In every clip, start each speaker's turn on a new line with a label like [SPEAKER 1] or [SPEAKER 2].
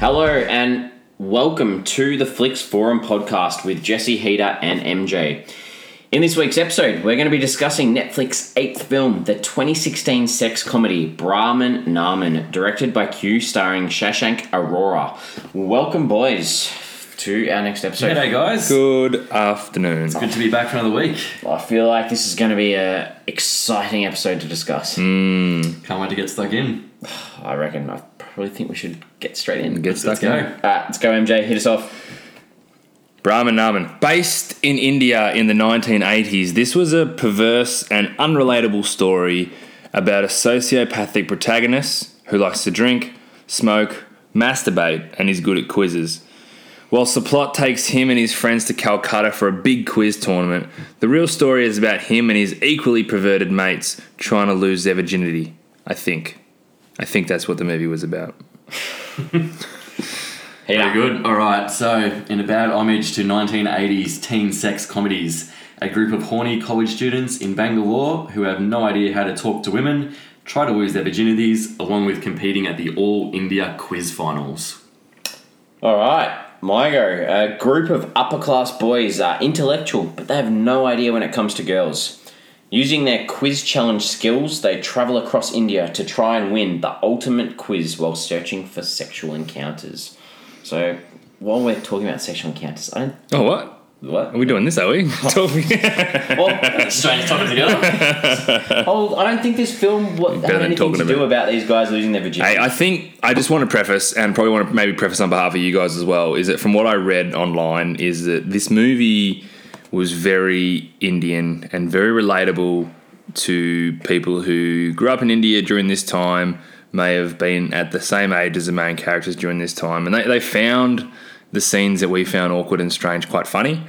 [SPEAKER 1] Hello and welcome to the Flicks Forum podcast with Jesse Heater and MJ. In this week's episode, we're going to be discussing Netflix's eighth film, the 2016 sex comedy Brahman Naman, directed by Q, starring Shashank Aurora. Welcome, boys, to our next episode.
[SPEAKER 2] G'day, guys.
[SPEAKER 3] Good afternoon.
[SPEAKER 2] Good to be back for another week.
[SPEAKER 1] I feel like this is going to be a exciting episode to discuss.
[SPEAKER 3] Hmm.
[SPEAKER 2] Can't wait to get stuck in.
[SPEAKER 1] I reckon. I probably think we should get straight in.
[SPEAKER 3] Get
[SPEAKER 2] Let's
[SPEAKER 3] stuck
[SPEAKER 2] go.
[SPEAKER 3] in.
[SPEAKER 1] Uh, let's go, MJ. Hit us off.
[SPEAKER 3] Brahman Naman. Based in India in the 1980s, this was a perverse and unrelatable story about a sociopathic protagonist who likes to drink, smoke, masturbate, and is good at quizzes. Whilst the plot takes him and his friends to Calcutta for a big quiz tournament, the real story is about him and his equally perverted mates trying to lose their virginity. I think. I think that's what the movie was about.
[SPEAKER 2] Very good. All right. So, in a bad homage to 1980s teen sex comedies, a group of horny college students in Bangalore who have no idea how to talk to women try to lose their virginities, along with competing at the All India Quiz Finals.
[SPEAKER 1] All right, my go. A group of upper class boys are intellectual, but they have no idea when it comes to girls. Using their quiz challenge skills, they travel across India to try and win the ultimate quiz while searching for sexual encounters. So, while we're talking about sexual encounters, I don't.
[SPEAKER 3] Oh, what?
[SPEAKER 1] What?
[SPEAKER 3] Are we doing this, are we? Talking-
[SPEAKER 1] Well,
[SPEAKER 2] Strange topic together.
[SPEAKER 1] hold, I don't think this film what,
[SPEAKER 3] Better
[SPEAKER 1] had
[SPEAKER 3] than
[SPEAKER 1] anything to
[SPEAKER 3] talking
[SPEAKER 1] do
[SPEAKER 3] about-
[SPEAKER 1] about these guys losing their virginity.
[SPEAKER 3] Hey, I think I just want to preface, and probably want to maybe preface on behalf of you guys as well, is that from what I read online, is that this movie was very Indian and very relatable to people who grew up in India during this time, may have been at the same age as the main characters during this time, and they, they found the scenes that we found awkward and strange quite funny.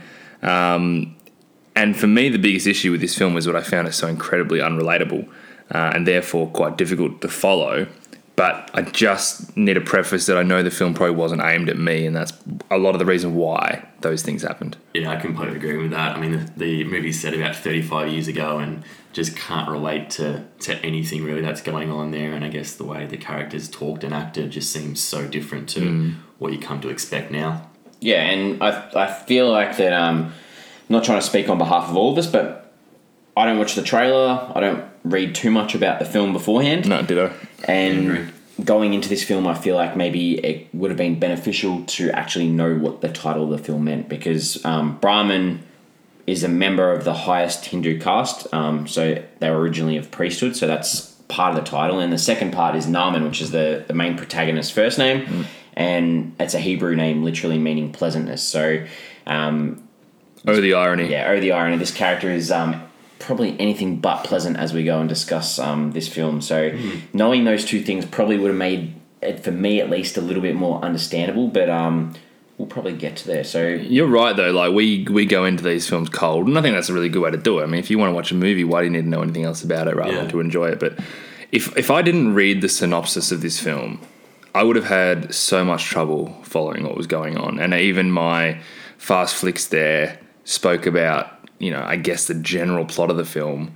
[SPEAKER 3] Um, and for me, the biggest issue with this film was what I found it so incredibly unrelatable uh, and therefore quite difficult to follow. But I just need a preface that I know the film probably wasn't aimed at me, and that's a lot of the reason why those things happened.
[SPEAKER 2] yeah, I completely agree with that. I mean, the, the movie's set about 35 years ago and just can't relate to, to anything really that's going on there. And I guess the way the characters talked and acted just seems so different to what you come to expect now.
[SPEAKER 1] Yeah, and I, I feel like that. Um, I'm not trying to speak on behalf of all of us, but I don't watch the trailer. I don't read too much about the film beforehand.
[SPEAKER 3] No, ditto.
[SPEAKER 2] agree.
[SPEAKER 1] And going into this film, I feel like maybe it would have been beneficial to actually know what the title of the film meant because um, Brahman is a member of the highest Hindu caste. Um, so they were originally of priesthood, so that's part of the title. And the second part is Naaman, which is the, the main protagonist's first name. And it's a Hebrew name literally meaning pleasantness. So, um,
[SPEAKER 3] Oh, the irony.
[SPEAKER 1] yeah, oh, the irony. This character is um, probably anything but pleasant as we go and discuss um, this film. So, knowing those two things probably would have made it, for me at least, a little bit more understandable. But um, we'll probably get to there. So,
[SPEAKER 3] You're right, though. Like, we, we go into these films cold, and I think that's a really good way to do it. I mean, if you want to watch a movie, why do you need to know anything else about it rather
[SPEAKER 2] Yeah.
[SPEAKER 3] than to enjoy it? But if, if I didn't read the synopsis of this film, I would have had so much trouble following what was going on. And even my fast flicks there spoke about, you know, I guess the general plot of the film.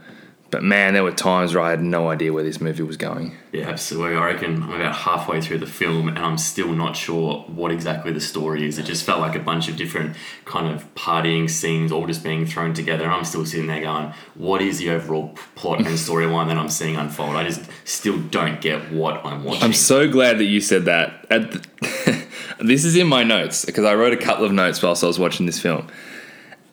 [SPEAKER 3] But man, there were times where I had no idea where this movie was going.
[SPEAKER 2] Yeah, absolutely. I reckon I'm about halfway through the film and I'm still not sure what exactly the story is. It just felt like a bunch of different kind of partying scenes all just being thrown together. And I'm still sitting there going, what is the overall p- plot and storyline that I'm seeing unfold? I just still don't get what I'm watching.
[SPEAKER 3] I'm so glad that you said that. At the, this is in my notes because I wrote a couple of notes whilst I was watching this film.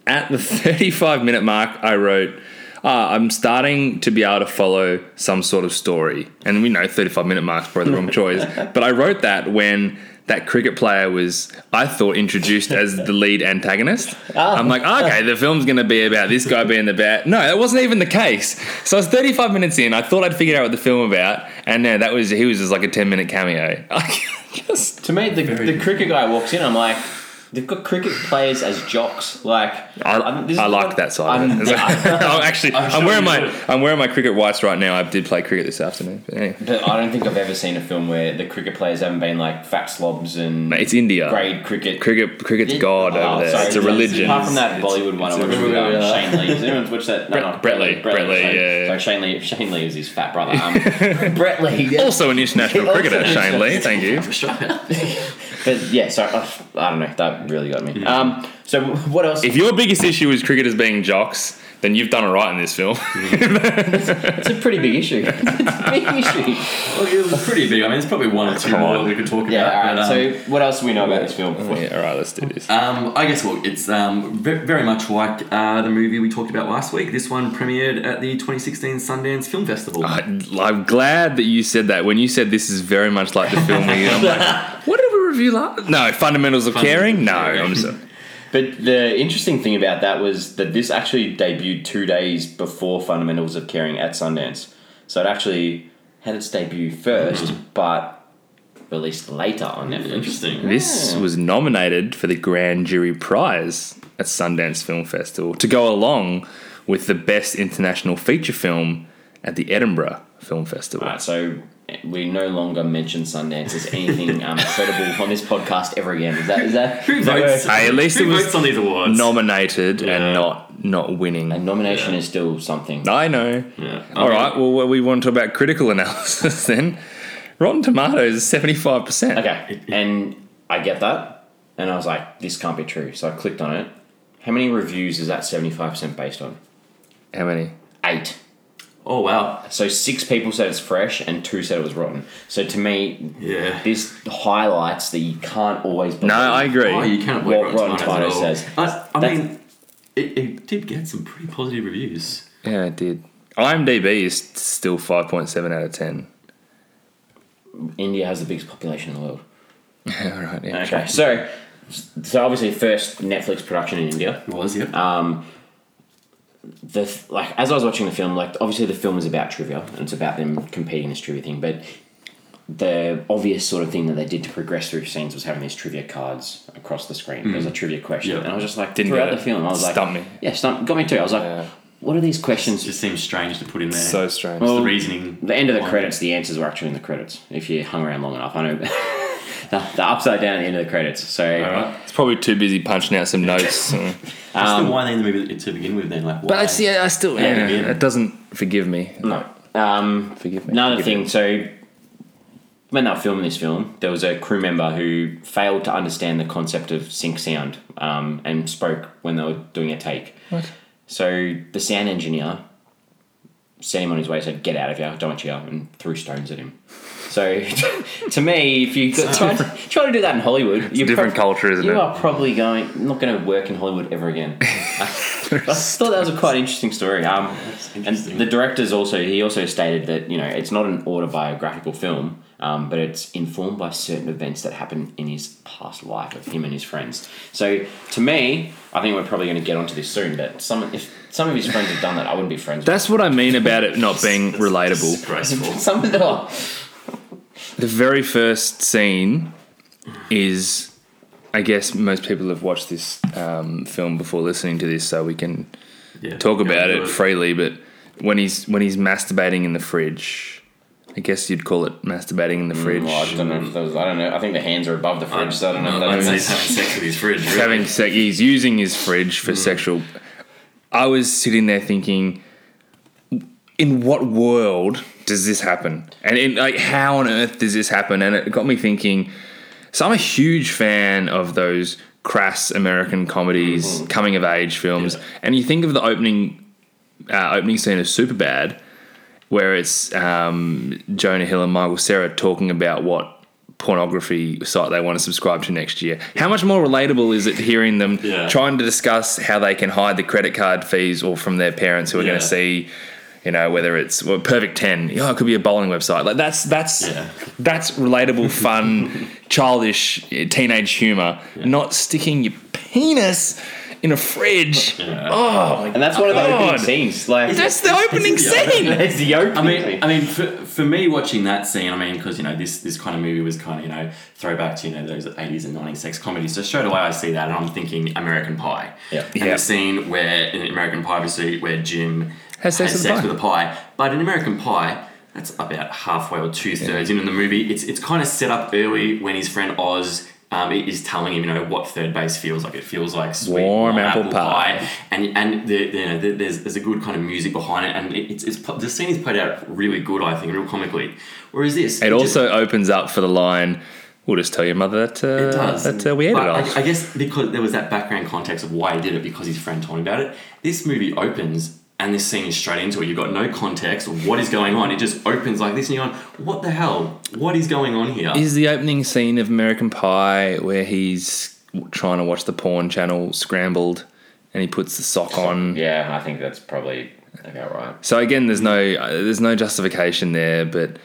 [SPEAKER 3] At the 35 minute mark, I wrote, ah, I'm starting to be able to follow some sort of story. And we know 35 minute mark's probably the wrong choice. But I wrote that when that cricket player was, I thought, introduced as the lead antagonist. I'm like, "Ah, okay, the film's going to be about this guy being the bat. No, that wasn't even the case. So I was 35 minutes in. I thought I'd figured out what the film about, and no, that was he was just like a 10 minute cameo. I just
[SPEAKER 1] To me, the, the cricket guy walks in. I'm like, They've got cricket players as jocks. Like
[SPEAKER 3] I,
[SPEAKER 1] I'm- this is
[SPEAKER 3] I liked
[SPEAKER 1] what-
[SPEAKER 3] that side.
[SPEAKER 1] I'm-
[SPEAKER 3] of it. It's like- I'm actually, I'm,
[SPEAKER 2] sure
[SPEAKER 3] wearing
[SPEAKER 2] you
[SPEAKER 3] my
[SPEAKER 2] would.
[SPEAKER 3] I'm wearing my cricket whites right now. I did play cricket this afternoon. But anyway.
[SPEAKER 1] But I don't think I've ever seen a film where the cricket players haven't been like fat slobs and
[SPEAKER 3] Mate, it's India.
[SPEAKER 1] grade cricket.
[SPEAKER 3] Cricket, cricket's
[SPEAKER 1] Did-
[SPEAKER 3] god
[SPEAKER 1] oh,
[SPEAKER 3] over there.
[SPEAKER 1] sorry,
[SPEAKER 3] it's a
[SPEAKER 1] yes.
[SPEAKER 3] religion.
[SPEAKER 1] Apart from that
[SPEAKER 3] It's-
[SPEAKER 1] Bollywood one, I
[SPEAKER 3] it's a
[SPEAKER 1] watched with
[SPEAKER 3] religion.
[SPEAKER 1] um, Shane Lee. Does anyone watch that? No,
[SPEAKER 3] Brett-
[SPEAKER 1] no,
[SPEAKER 3] Brett Lee. Brett Lee,
[SPEAKER 1] sorry.
[SPEAKER 3] yeah, yeah.
[SPEAKER 1] Sorry, Shane Lee. Shane Lee is his fat brother. Um, Brett Lee. yeah.
[SPEAKER 3] Also an international
[SPEAKER 1] Also an
[SPEAKER 3] cricketer, Shane Lee.
[SPEAKER 1] international-
[SPEAKER 3] Thank you.
[SPEAKER 1] But yeah, sorry. uh, I don't know. That really got me. Um, so what else?
[SPEAKER 3] If your biggest issue is cricketers being jocks, then you've done it right in this film.
[SPEAKER 1] it's a pretty big issue. it's a big issue.
[SPEAKER 2] Look, it was pretty big. I mean, there's probably one or two
[SPEAKER 3] Come
[SPEAKER 2] more
[SPEAKER 3] on.
[SPEAKER 2] that we could talk
[SPEAKER 1] Yeah. All
[SPEAKER 2] about.
[SPEAKER 1] right.
[SPEAKER 2] but, um,
[SPEAKER 1] so what else do we know about this film?
[SPEAKER 3] yeah, all right, let's do this.
[SPEAKER 2] Um, I guess look, it's um, ve- very much like uh, the movie we talked about last week. This one premiered at the 2016 Sundance Film Festival.
[SPEAKER 1] Ah,
[SPEAKER 3] I, I'm glad that you said that. When you said this is very much like the film, we, I'm like, what did we review last? No, fundamentals of caring. No, I'm just
[SPEAKER 1] But the interesting thing about that was that this actually debuted two days before Fundamentals of Caring at Sundance. So it actually had its debut 1st
[SPEAKER 2] Mm-hmm.
[SPEAKER 1] but released later on Netflix.
[SPEAKER 2] Interesting.
[SPEAKER 3] This was nominated for the Grand Jury Prize at Sundance Film Festival to go along with the Best International Feature Film at the Edinburgh Film Festival.
[SPEAKER 2] Ah.
[SPEAKER 1] Alright, so we no longer mention Sundance as anything um, credible on this podcast ever again. Is that is that
[SPEAKER 2] Who
[SPEAKER 1] is that
[SPEAKER 2] votes?
[SPEAKER 1] where-
[SPEAKER 3] Hey, at least
[SPEAKER 2] Who
[SPEAKER 3] it was
[SPEAKER 2] votes on these awards?
[SPEAKER 3] Nominated
[SPEAKER 2] Yeah.
[SPEAKER 3] and not not
[SPEAKER 1] A
[SPEAKER 3] winning.
[SPEAKER 1] nomination is still something.
[SPEAKER 3] I know.
[SPEAKER 2] Yeah.
[SPEAKER 3] All right. Well, what we want to talk about critical analysis then. Rotten Tomatoes is seventy five percent.
[SPEAKER 1] Okay, and I get that, and I was like, this can't be true. So I clicked on it. How many reviews is that seventy five percent based on?
[SPEAKER 3] How many?
[SPEAKER 1] Eight.
[SPEAKER 2] Oh wow.
[SPEAKER 1] So six people said it's fresh, and two said it was rotten. So to me,
[SPEAKER 2] Yeah.
[SPEAKER 1] this highlights that you can't always. Believe.
[SPEAKER 3] No, I agree.
[SPEAKER 2] Oh, you can't believe
[SPEAKER 1] Well, Rotten Tomatoes
[SPEAKER 2] Tomatoes
[SPEAKER 1] says-
[SPEAKER 2] at all. I, I
[SPEAKER 1] That's-
[SPEAKER 2] mean, it, it did get some pretty positive reviews.
[SPEAKER 3] yeah, it did. IMDb is still five point seven out of ten.
[SPEAKER 1] India has the biggest population in the world.
[SPEAKER 3] All right. Yeah.
[SPEAKER 1] Okay, so so obviously first Netflix production in India.
[SPEAKER 2] It was, yeah.
[SPEAKER 1] the th- like as I was watching the film, like obviously the film is about trivia and it's about them competing in this trivia thing, but the obvious sort of thing that they did to progress through scenes was having these trivia cards across the screen. There's a trivia question,
[SPEAKER 2] Yeah.
[SPEAKER 1] and I was just like,
[SPEAKER 3] Mm. Didn't
[SPEAKER 1] throughout
[SPEAKER 3] get
[SPEAKER 1] the
[SPEAKER 3] it.
[SPEAKER 1] film, I was like,
[SPEAKER 3] Stumped me.
[SPEAKER 1] Yeah, stumped, got me too. I was like,
[SPEAKER 3] Yeah.
[SPEAKER 1] what are these
[SPEAKER 2] it
[SPEAKER 1] questions?
[SPEAKER 2] just seems strange to put in there.
[SPEAKER 3] So strange.
[SPEAKER 2] the
[SPEAKER 1] Well,
[SPEAKER 2] reasoning.
[SPEAKER 1] the end of the
[SPEAKER 2] behind
[SPEAKER 1] credits, the answers were actually in the credits. If you hung around long enough, I know the, the upside down at the end of the credits. So.
[SPEAKER 2] it. All right.
[SPEAKER 3] It's probably too busy punching out some notes. Mm.
[SPEAKER 2] That's
[SPEAKER 1] um,
[SPEAKER 2] the why they in the movie to begin with. Then, like, why?
[SPEAKER 3] but I see. I still. Yeah,
[SPEAKER 2] again.
[SPEAKER 3] it doesn't forgive me.
[SPEAKER 1] No. Um,
[SPEAKER 3] Forgive me.
[SPEAKER 1] Another
[SPEAKER 3] Forgive
[SPEAKER 1] thing, so when they were filming this film, there was a crew member who failed to understand the concept of sync sound um, and spoke when they were doing a take.
[SPEAKER 3] What?
[SPEAKER 1] So the sound engineer sent him on his way, said, Get out of here, I don't want you, here," and threw stones at him. So to me, if you try, try to do that in Hollywood, you're
[SPEAKER 3] different culture, isn't
[SPEAKER 1] you
[SPEAKER 3] it?
[SPEAKER 1] are probably going not going to work in Hollywood ever again. I thought that was a quite interesting story. Um, and
[SPEAKER 2] interesting.
[SPEAKER 1] the director's also he also stated that you know it's not an autobiographical film, um, but it's informed by certain events that happened in his past life of him and his friends. So to me, I think we're probably going to get onto this soon. But some if some of his friends have done that, I wouldn't be friends. with
[SPEAKER 3] That's what I mean about it not being relatable.
[SPEAKER 2] Disgraceful.
[SPEAKER 1] them. some of them.
[SPEAKER 3] The very first scene is, I guess, most people have watched this um, film before listening to this, so we can
[SPEAKER 2] Yeah.
[SPEAKER 3] talk about
[SPEAKER 2] Yeah,
[SPEAKER 3] it freely. But when he's when he's masturbating in the fridge, I guess you'd call it masturbating in the fridge,
[SPEAKER 1] Mm, Well, Oh, I don't know. If those, I don't know. I think the hands are above the fridge, so I don't know. if that
[SPEAKER 2] I'd say
[SPEAKER 1] means-
[SPEAKER 2] he's having sex with his fridge.
[SPEAKER 3] He's having sex. He's using his fridge for sexual. I was sitting there thinking, in what world does this happen? And in, like, how on earth does this happen? And it got me thinking. So I'm a huge fan of those crass American comedies,
[SPEAKER 2] Mm-hmm.
[SPEAKER 3] coming of age films, and you think of the opening uh, opening scene of Superbad, where it's um, Jonah Hill and Michael Cera talking about what pornography site they want to subscribe to next year. How much more relatable is it hearing them
[SPEAKER 2] Yeah.
[SPEAKER 3] trying to discuss how they can hide the credit card fees or from their parents who are
[SPEAKER 2] Yeah.
[SPEAKER 3] going to see, you know, whether it's well, Perfect Ten, oh, it could be a bowling website. Like that's that's
[SPEAKER 2] Yeah.
[SPEAKER 3] that's relatable, fun, childish, eh, teenage humor. Not sticking your penis in a fridge.
[SPEAKER 2] Yeah.
[SPEAKER 3] Oh, my
[SPEAKER 1] And that's one of the opening
[SPEAKER 3] God.
[SPEAKER 1] scenes. Like
[SPEAKER 3] That's the opening scene.
[SPEAKER 1] that's the opening.
[SPEAKER 2] I
[SPEAKER 1] scene.
[SPEAKER 2] mean, I mean, for, for me, watching that scene, I mean, because you know, this this kind of movie was kind of you know throwback to you know those eighties and nineties sex comedies. So straight away, I see that, and I'm thinking American Pie.
[SPEAKER 1] Yeah.
[SPEAKER 2] And
[SPEAKER 3] Yeah.
[SPEAKER 2] the scene where in American Pie, obviously, where Jim
[SPEAKER 3] Has sex with a pie.
[SPEAKER 2] with a pie, but in American Pie. That's about halfway or two thirds in in the movie. It's it's kind of set up early when his friend Oz um, is telling him, you know, what third base feels like. It feels like sweet
[SPEAKER 3] Warm apple pie.
[SPEAKER 2] and and the, the, you know, the, there's there's a good kind of music behind it, and it, it's, it's pl- the scene is played out really good, I think, real comically. Whereas this,
[SPEAKER 3] It
[SPEAKER 2] just-
[SPEAKER 3] also opens up for the line, "We'll just tell your mother that uh,
[SPEAKER 2] it does.
[SPEAKER 3] that uh, we ate it
[SPEAKER 2] But
[SPEAKER 3] all."
[SPEAKER 2] I, I guess because there was that background context of why he did it, because his friend told him about it. This movie opens. And this scene is straight into it. You've got no context of what is going on. It just opens like this, and you're like, "What the hell? What is going on here?"
[SPEAKER 3] Is the opening scene of American Pie where he's trying to watch the porn channel scrambled, and he puts the sock on?
[SPEAKER 1] yeah, I think that's probably about right.
[SPEAKER 3] So again, there's no uh, there's no justification there, but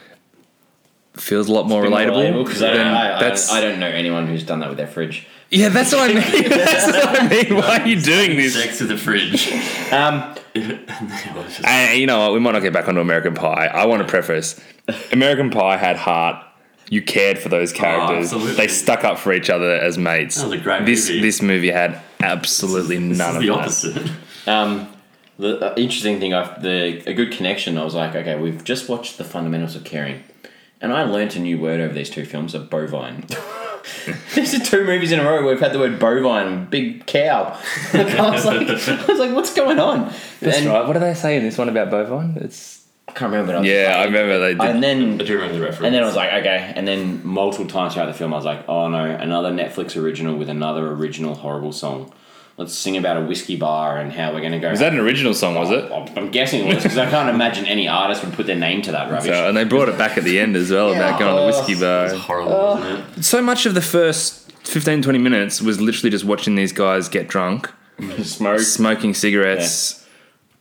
[SPEAKER 3] feels a lot more relatable.
[SPEAKER 1] because I, don't-
[SPEAKER 3] than-
[SPEAKER 1] I, I,
[SPEAKER 3] that's-
[SPEAKER 1] don't- I don't know anyone who's done that with their fridge.
[SPEAKER 3] yeah, that's what I mean. that's what I mean. Why are you doing this?
[SPEAKER 2] Next to the fridge.
[SPEAKER 1] Um,
[SPEAKER 2] It was just-
[SPEAKER 3] And you know what? We might not get back onto American Pie. I want to preface: American Pie had heart. You cared for those characters.
[SPEAKER 2] Oh, absolutely.
[SPEAKER 3] they stuck up for each other as mates.
[SPEAKER 2] That was a great
[SPEAKER 3] this
[SPEAKER 2] movie.
[SPEAKER 3] this movie had absolutely
[SPEAKER 2] this
[SPEAKER 3] none
[SPEAKER 2] is
[SPEAKER 3] of
[SPEAKER 2] the
[SPEAKER 3] that.
[SPEAKER 2] opposite.
[SPEAKER 1] um, the uh, interesting thing, I've, the a good connection. I was like, okay, we've just watched the fundamentals of caring, and I learnt a new word over these two films: a bovine. These are two movies in a row where we've had the word bovine, big cow. I was like, I was like, what's going on?
[SPEAKER 3] That's
[SPEAKER 1] and
[SPEAKER 3] right. What do they say in this one about bovine? It's
[SPEAKER 1] I can't remember. What I was
[SPEAKER 3] yeah, I remember they did.
[SPEAKER 1] And then
[SPEAKER 2] I do remember the reference.
[SPEAKER 1] And then I was like, okay. And then multiple times throughout the film, I was like, oh no, another Netflix original with another original horrible song. Let's sing about a whiskey bar and how we're going to go.
[SPEAKER 3] was that an original song? Was it?
[SPEAKER 1] I'm I'm guessing it was because I can't imagine any artist would put their name to that rubbish.
[SPEAKER 3] So, and they brought it back at the end as well about going to the whiskey
[SPEAKER 2] It's
[SPEAKER 3] bar.
[SPEAKER 2] horrible, isn't it?
[SPEAKER 3] So much of the first 15, 20 minutes was literally just watching these guys get drunk,
[SPEAKER 1] Smoke.
[SPEAKER 3] smoking cigarettes.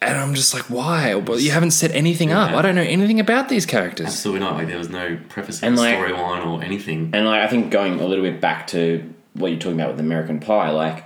[SPEAKER 3] And I'm just like, why? But you haven't set anything up.
[SPEAKER 2] Yeah.
[SPEAKER 3] I don't know anything about these characters.
[SPEAKER 2] Absolutely not. Like there was no preface
[SPEAKER 1] And,
[SPEAKER 2] and
[SPEAKER 1] like-
[SPEAKER 2] storyline or anything.
[SPEAKER 1] And like I think going a little bit back to what you're talking about with American Pie, like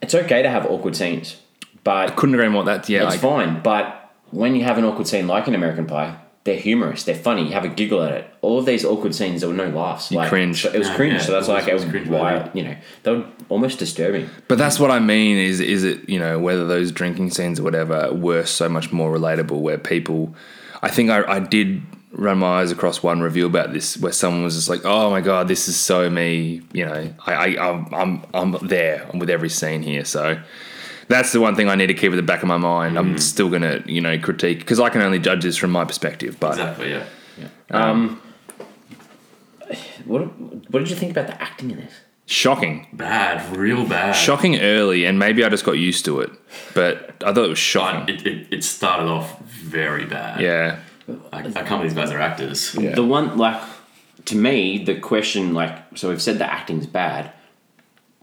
[SPEAKER 1] it's okay to have awkward scenes, but
[SPEAKER 3] Couldn't agree more. with That yeah,
[SPEAKER 1] It's
[SPEAKER 3] like,
[SPEAKER 1] fine, but when you have an awkward scene like in American Pie, they're humorous, they're funny, you have a giggle at it. All of these awkward scenes, there were no laughs. like,
[SPEAKER 3] cringe.
[SPEAKER 1] so it was
[SPEAKER 2] Yeah,
[SPEAKER 1] cringe,
[SPEAKER 2] yeah,
[SPEAKER 1] so that's
[SPEAKER 2] it was-
[SPEAKER 1] like,
[SPEAKER 2] it
[SPEAKER 1] it
[SPEAKER 2] was
[SPEAKER 1] was
[SPEAKER 2] cringe
[SPEAKER 1] why,
[SPEAKER 2] worthy.
[SPEAKER 1] you know, they were almost disturbing.
[SPEAKER 3] but that's what I mean. Is is it you know whether those drinking scenes or whatever were so much more relatable where people, I think I, I did run my eyes across one review about this where someone was just like, oh my god, this is so me. You know, I, I I'm, I'm I'm there. I'm with every scene here. So that's the one thing I need to keep at the back of my mind. I'm still gonna you know critique because I can only judge this from my perspective. But
[SPEAKER 2] Exactly. Yeah.
[SPEAKER 1] What What did you think about the acting in this?
[SPEAKER 3] shocking.
[SPEAKER 2] Bad. Real bad.
[SPEAKER 3] Shocking early, and maybe I just got used to it, but I thought it was
[SPEAKER 2] But
[SPEAKER 3] shocking.
[SPEAKER 2] it, it, it started off very bad.
[SPEAKER 3] Yeah,
[SPEAKER 2] I, I can't believe these guys are actors.
[SPEAKER 3] Yeah.
[SPEAKER 1] The one, like, to me, the question, like, so we've said the acting's bad.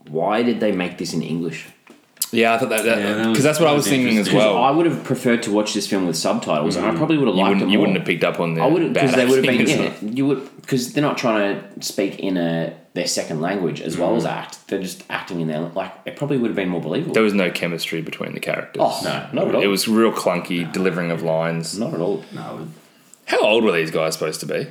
[SPEAKER 1] Why did they make this in English?
[SPEAKER 3] Yeah, I thought that because
[SPEAKER 2] Yeah, that was-
[SPEAKER 3] that's what
[SPEAKER 2] that
[SPEAKER 3] I
[SPEAKER 2] was
[SPEAKER 3] was thinking as
[SPEAKER 2] interesting.
[SPEAKER 1] Because I
[SPEAKER 3] well. mm,
[SPEAKER 1] would have preferred to watch this film with subtitles, and I probably would have
[SPEAKER 3] You
[SPEAKER 1] liked it
[SPEAKER 3] wouldn't,
[SPEAKER 1] more.
[SPEAKER 3] you wouldn't have picked up on the
[SPEAKER 1] I would
[SPEAKER 3] bad
[SPEAKER 1] because they would have been
[SPEAKER 3] acting as
[SPEAKER 1] yeah,
[SPEAKER 3] well.
[SPEAKER 1] you would because they're not trying to speak in a their second language as well as act. They're just acting in their like it probably would have been more believable.
[SPEAKER 3] Mm. There was no chemistry between the characters.
[SPEAKER 1] oh no, not at all.
[SPEAKER 3] It was real clunky delivering of lines.
[SPEAKER 1] not at all.
[SPEAKER 2] No.
[SPEAKER 3] How old were these guys supposed to be?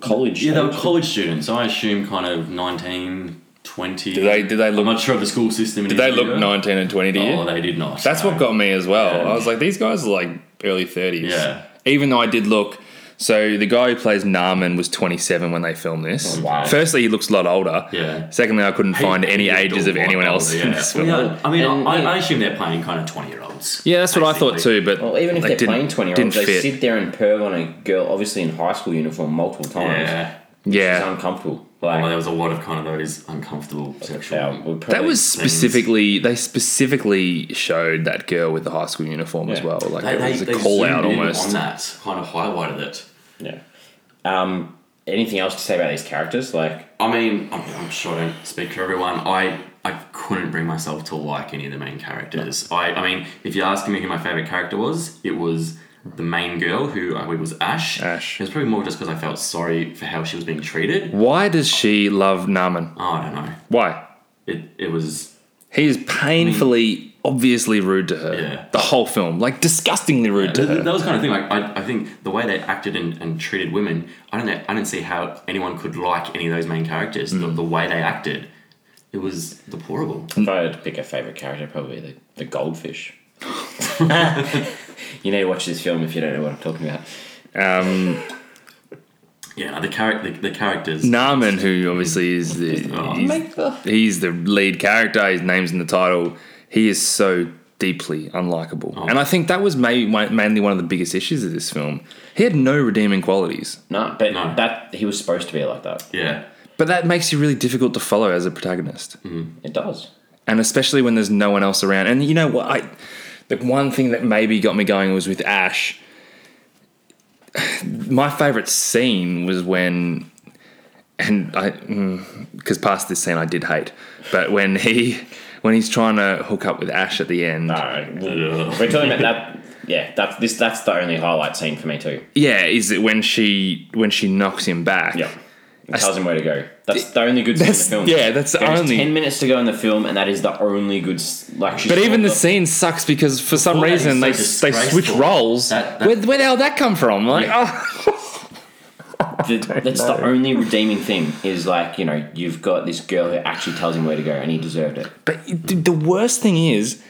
[SPEAKER 1] College.
[SPEAKER 2] Yeah, they were
[SPEAKER 1] age.
[SPEAKER 2] college students. I assume kind of 19, 20.
[SPEAKER 3] Did they- did they look-
[SPEAKER 2] I'm not sure of the school system.
[SPEAKER 3] Did they look nineteen and twenty to you?
[SPEAKER 2] Oh, they did not.
[SPEAKER 3] That's
[SPEAKER 2] no.
[SPEAKER 3] what got me as well.
[SPEAKER 2] Yeah.
[SPEAKER 3] I was like, these guys are like early thirties.
[SPEAKER 2] Yeah.
[SPEAKER 3] Even though I did look, so the guy who plays Narman was twenty seven when they filmed this.
[SPEAKER 1] wow.
[SPEAKER 3] Firstly, he looks a lot older.
[SPEAKER 2] Oh, Yeah.
[SPEAKER 3] Secondly, I couldn't find
[SPEAKER 2] He-
[SPEAKER 3] any
[SPEAKER 2] he
[SPEAKER 3] ages
[SPEAKER 2] looked
[SPEAKER 3] of
[SPEAKER 2] a lot
[SPEAKER 3] anyone
[SPEAKER 2] older,
[SPEAKER 3] else in
[SPEAKER 2] yeah.
[SPEAKER 3] this
[SPEAKER 2] Well,
[SPEAKER 3] film.
[SPEAKER 2] yeah, I mean,
[SPEAKER 1] And-
[SPEAKER 2] I, I assume they're playing kind of 20 year olds.
[SPEAKER 3] Yeah, that's what I thought too. But
[SPEAKER 1] Well, even if
[SPEAKER 3] they
[SPEAKER 1] they're
[SPEAKER 3] didn't-
[SPEAKER 1] playing twenty year
[SPEAKER 3] didn't
[SPEAKER 1] olds, they
[SPEAKER 3] fit.
[SPEAKER 1] sit there and perv on a girl, obviously in high school uniform, multiple times.
[SPEAKER 2] Yeah.
[SPEAKER 1] It's
[SPEAKER 3] yeah,
[SPEAKER 1] uncomfortable.
[SPEAKER 2] Well,
[SPEAKER 1] Like
[SPEAKER 2] there was a lot of kind of those uncomfortable sexual.
[SPEAKER 1] yeah, we're
[SPEAKER 3] That
[SPEAKER 1] probably-
[SPEAKER 3] was
[SPEAKER 2] things.
[SPEAKER 3] specifically they specifically showed that girl with the high school uniform as
[SPEAKER 1] Yeah.
[SPEAKER 3] well. Like
[SPEAKER 2] They,
[SPEAKER 3] it
[SPEAKER 2] they,
[SPEAKER 3] was
[SPEAKER 2] they
[SPEAKER 3] a call
[SPEAKER 2] zoomed
[SPEAKER 3] out
[SPEAKER 2] in on
[SPEAKER 3] almost.
[SPEAKER 2] that, kind of highlighted it.
[SPEAKER 1] yeah. Um, anything else to say about these characters? Like
[SPEAKER 2] I mean, I'm, I'm sure I don't speak for everyone. I I couldn't bring myself to like any of the main characters. I, I mean, if you're asking me who my favorite character was, it was the main girl who I believe was Ash.
[SPEAKER 3] Ash.
[SPEAKER 2] It was probably more just because I felt sorry for how she was being treated.
[SPEAKER 3] Why does she love Naaman?
[SPEAKER 2] Oh, I don't know.
[SPEAKER 3] Why?
[SPEAKER 2] It it was.
[SPEAKER 3] He is painfully, obviously rude to her.
[SPEAKER 2] Yeah.
[SPEAKER 3] The whole film, like disgustingly rude to
[SPEAKER 2] Th- th-
[SPEAKER 3] her.
[SPEAKER 2] That was kind of thing. Like I, I think the way they acted and, and treated women, I don't know. I didn't see how anyone could like any of those main characters.
[SPEAKER 3] Mm.
[SPEAKER 2] The, the way they acted, it was deplorable.
[SPEAKER 1] If I had to pick a favorite character, probably the, the goldfish. you need to watch this film if you don't know what I'm talking about.
[SPEAKER 3] Um,
[SPEAKER 2] Yeah, no, the character, the, the characters.
[SPEAKER 3] Naaman, who obviously is the
[SPEAKER 2] Oh.
[SPEAKER 3] he's, he's the lead character. His name's in the title. He is so deeply unlikable, and I think that was maybe my, mainly one of the biggest issues of this film. He had no redeeming qualities,
[SPEAKER 1] No, but
[SPEAKER 2] No.
[SPEAKER 1] that he was supposed to be like that.
[SPEAKER 2] Yeah,
[SPEAKER 3] but that makes you really difficult to follow as a protagonist.
[SPEAKER 1] It does.
[SPEAKER 3] and especially when there's no one else around. And you know what? I the one thing that maybe got me going was with Ash. My favorite scene was when, and I, because past this scene I did hate, but when he when he's trying to hook up with Ash at the end,
[SPEAKER 1] Alright, we're talking about that. Yeah, that's this. That's the only highlight scene for me too.
[SPEAKER 3] yeah, is it when she when she knocks him back?
[SPEAKER 1] Yeah, it tells him where to go. That's the only good scene in the
[SPEAKER 3] That's,
[SPEAKER 1] film.
[SPEAKER 3] yeah, that's the
[SPEAKER 1] There's
[SPEAKER 3] only.
[SPEAKER 1] ten minutes to go in the film, and that is the only good. s- Like, she's
[SPEAKER 3] But even the
[SPEAKER 1] got
[SPEAKER 3] scene sucks because for some
[SPEAKER 2] Well, that is
[SPEAKER 3] reason
[SPEAKER 2] so
[SPEAKER 3] they they switch
[SPEAKER 2] disgraceful.
[SPEAKER 3] roles.
[SPEAKER 2] That- that-
[SPEAKER 3] where, where the hell did that come from? Like, oh.
[SPEAKER 1] the- that's the only redeeming thing is like you know you've got this girl who actually tells him where to go, and he deserved it.
[SPEAKER 3] But the the worst thing is,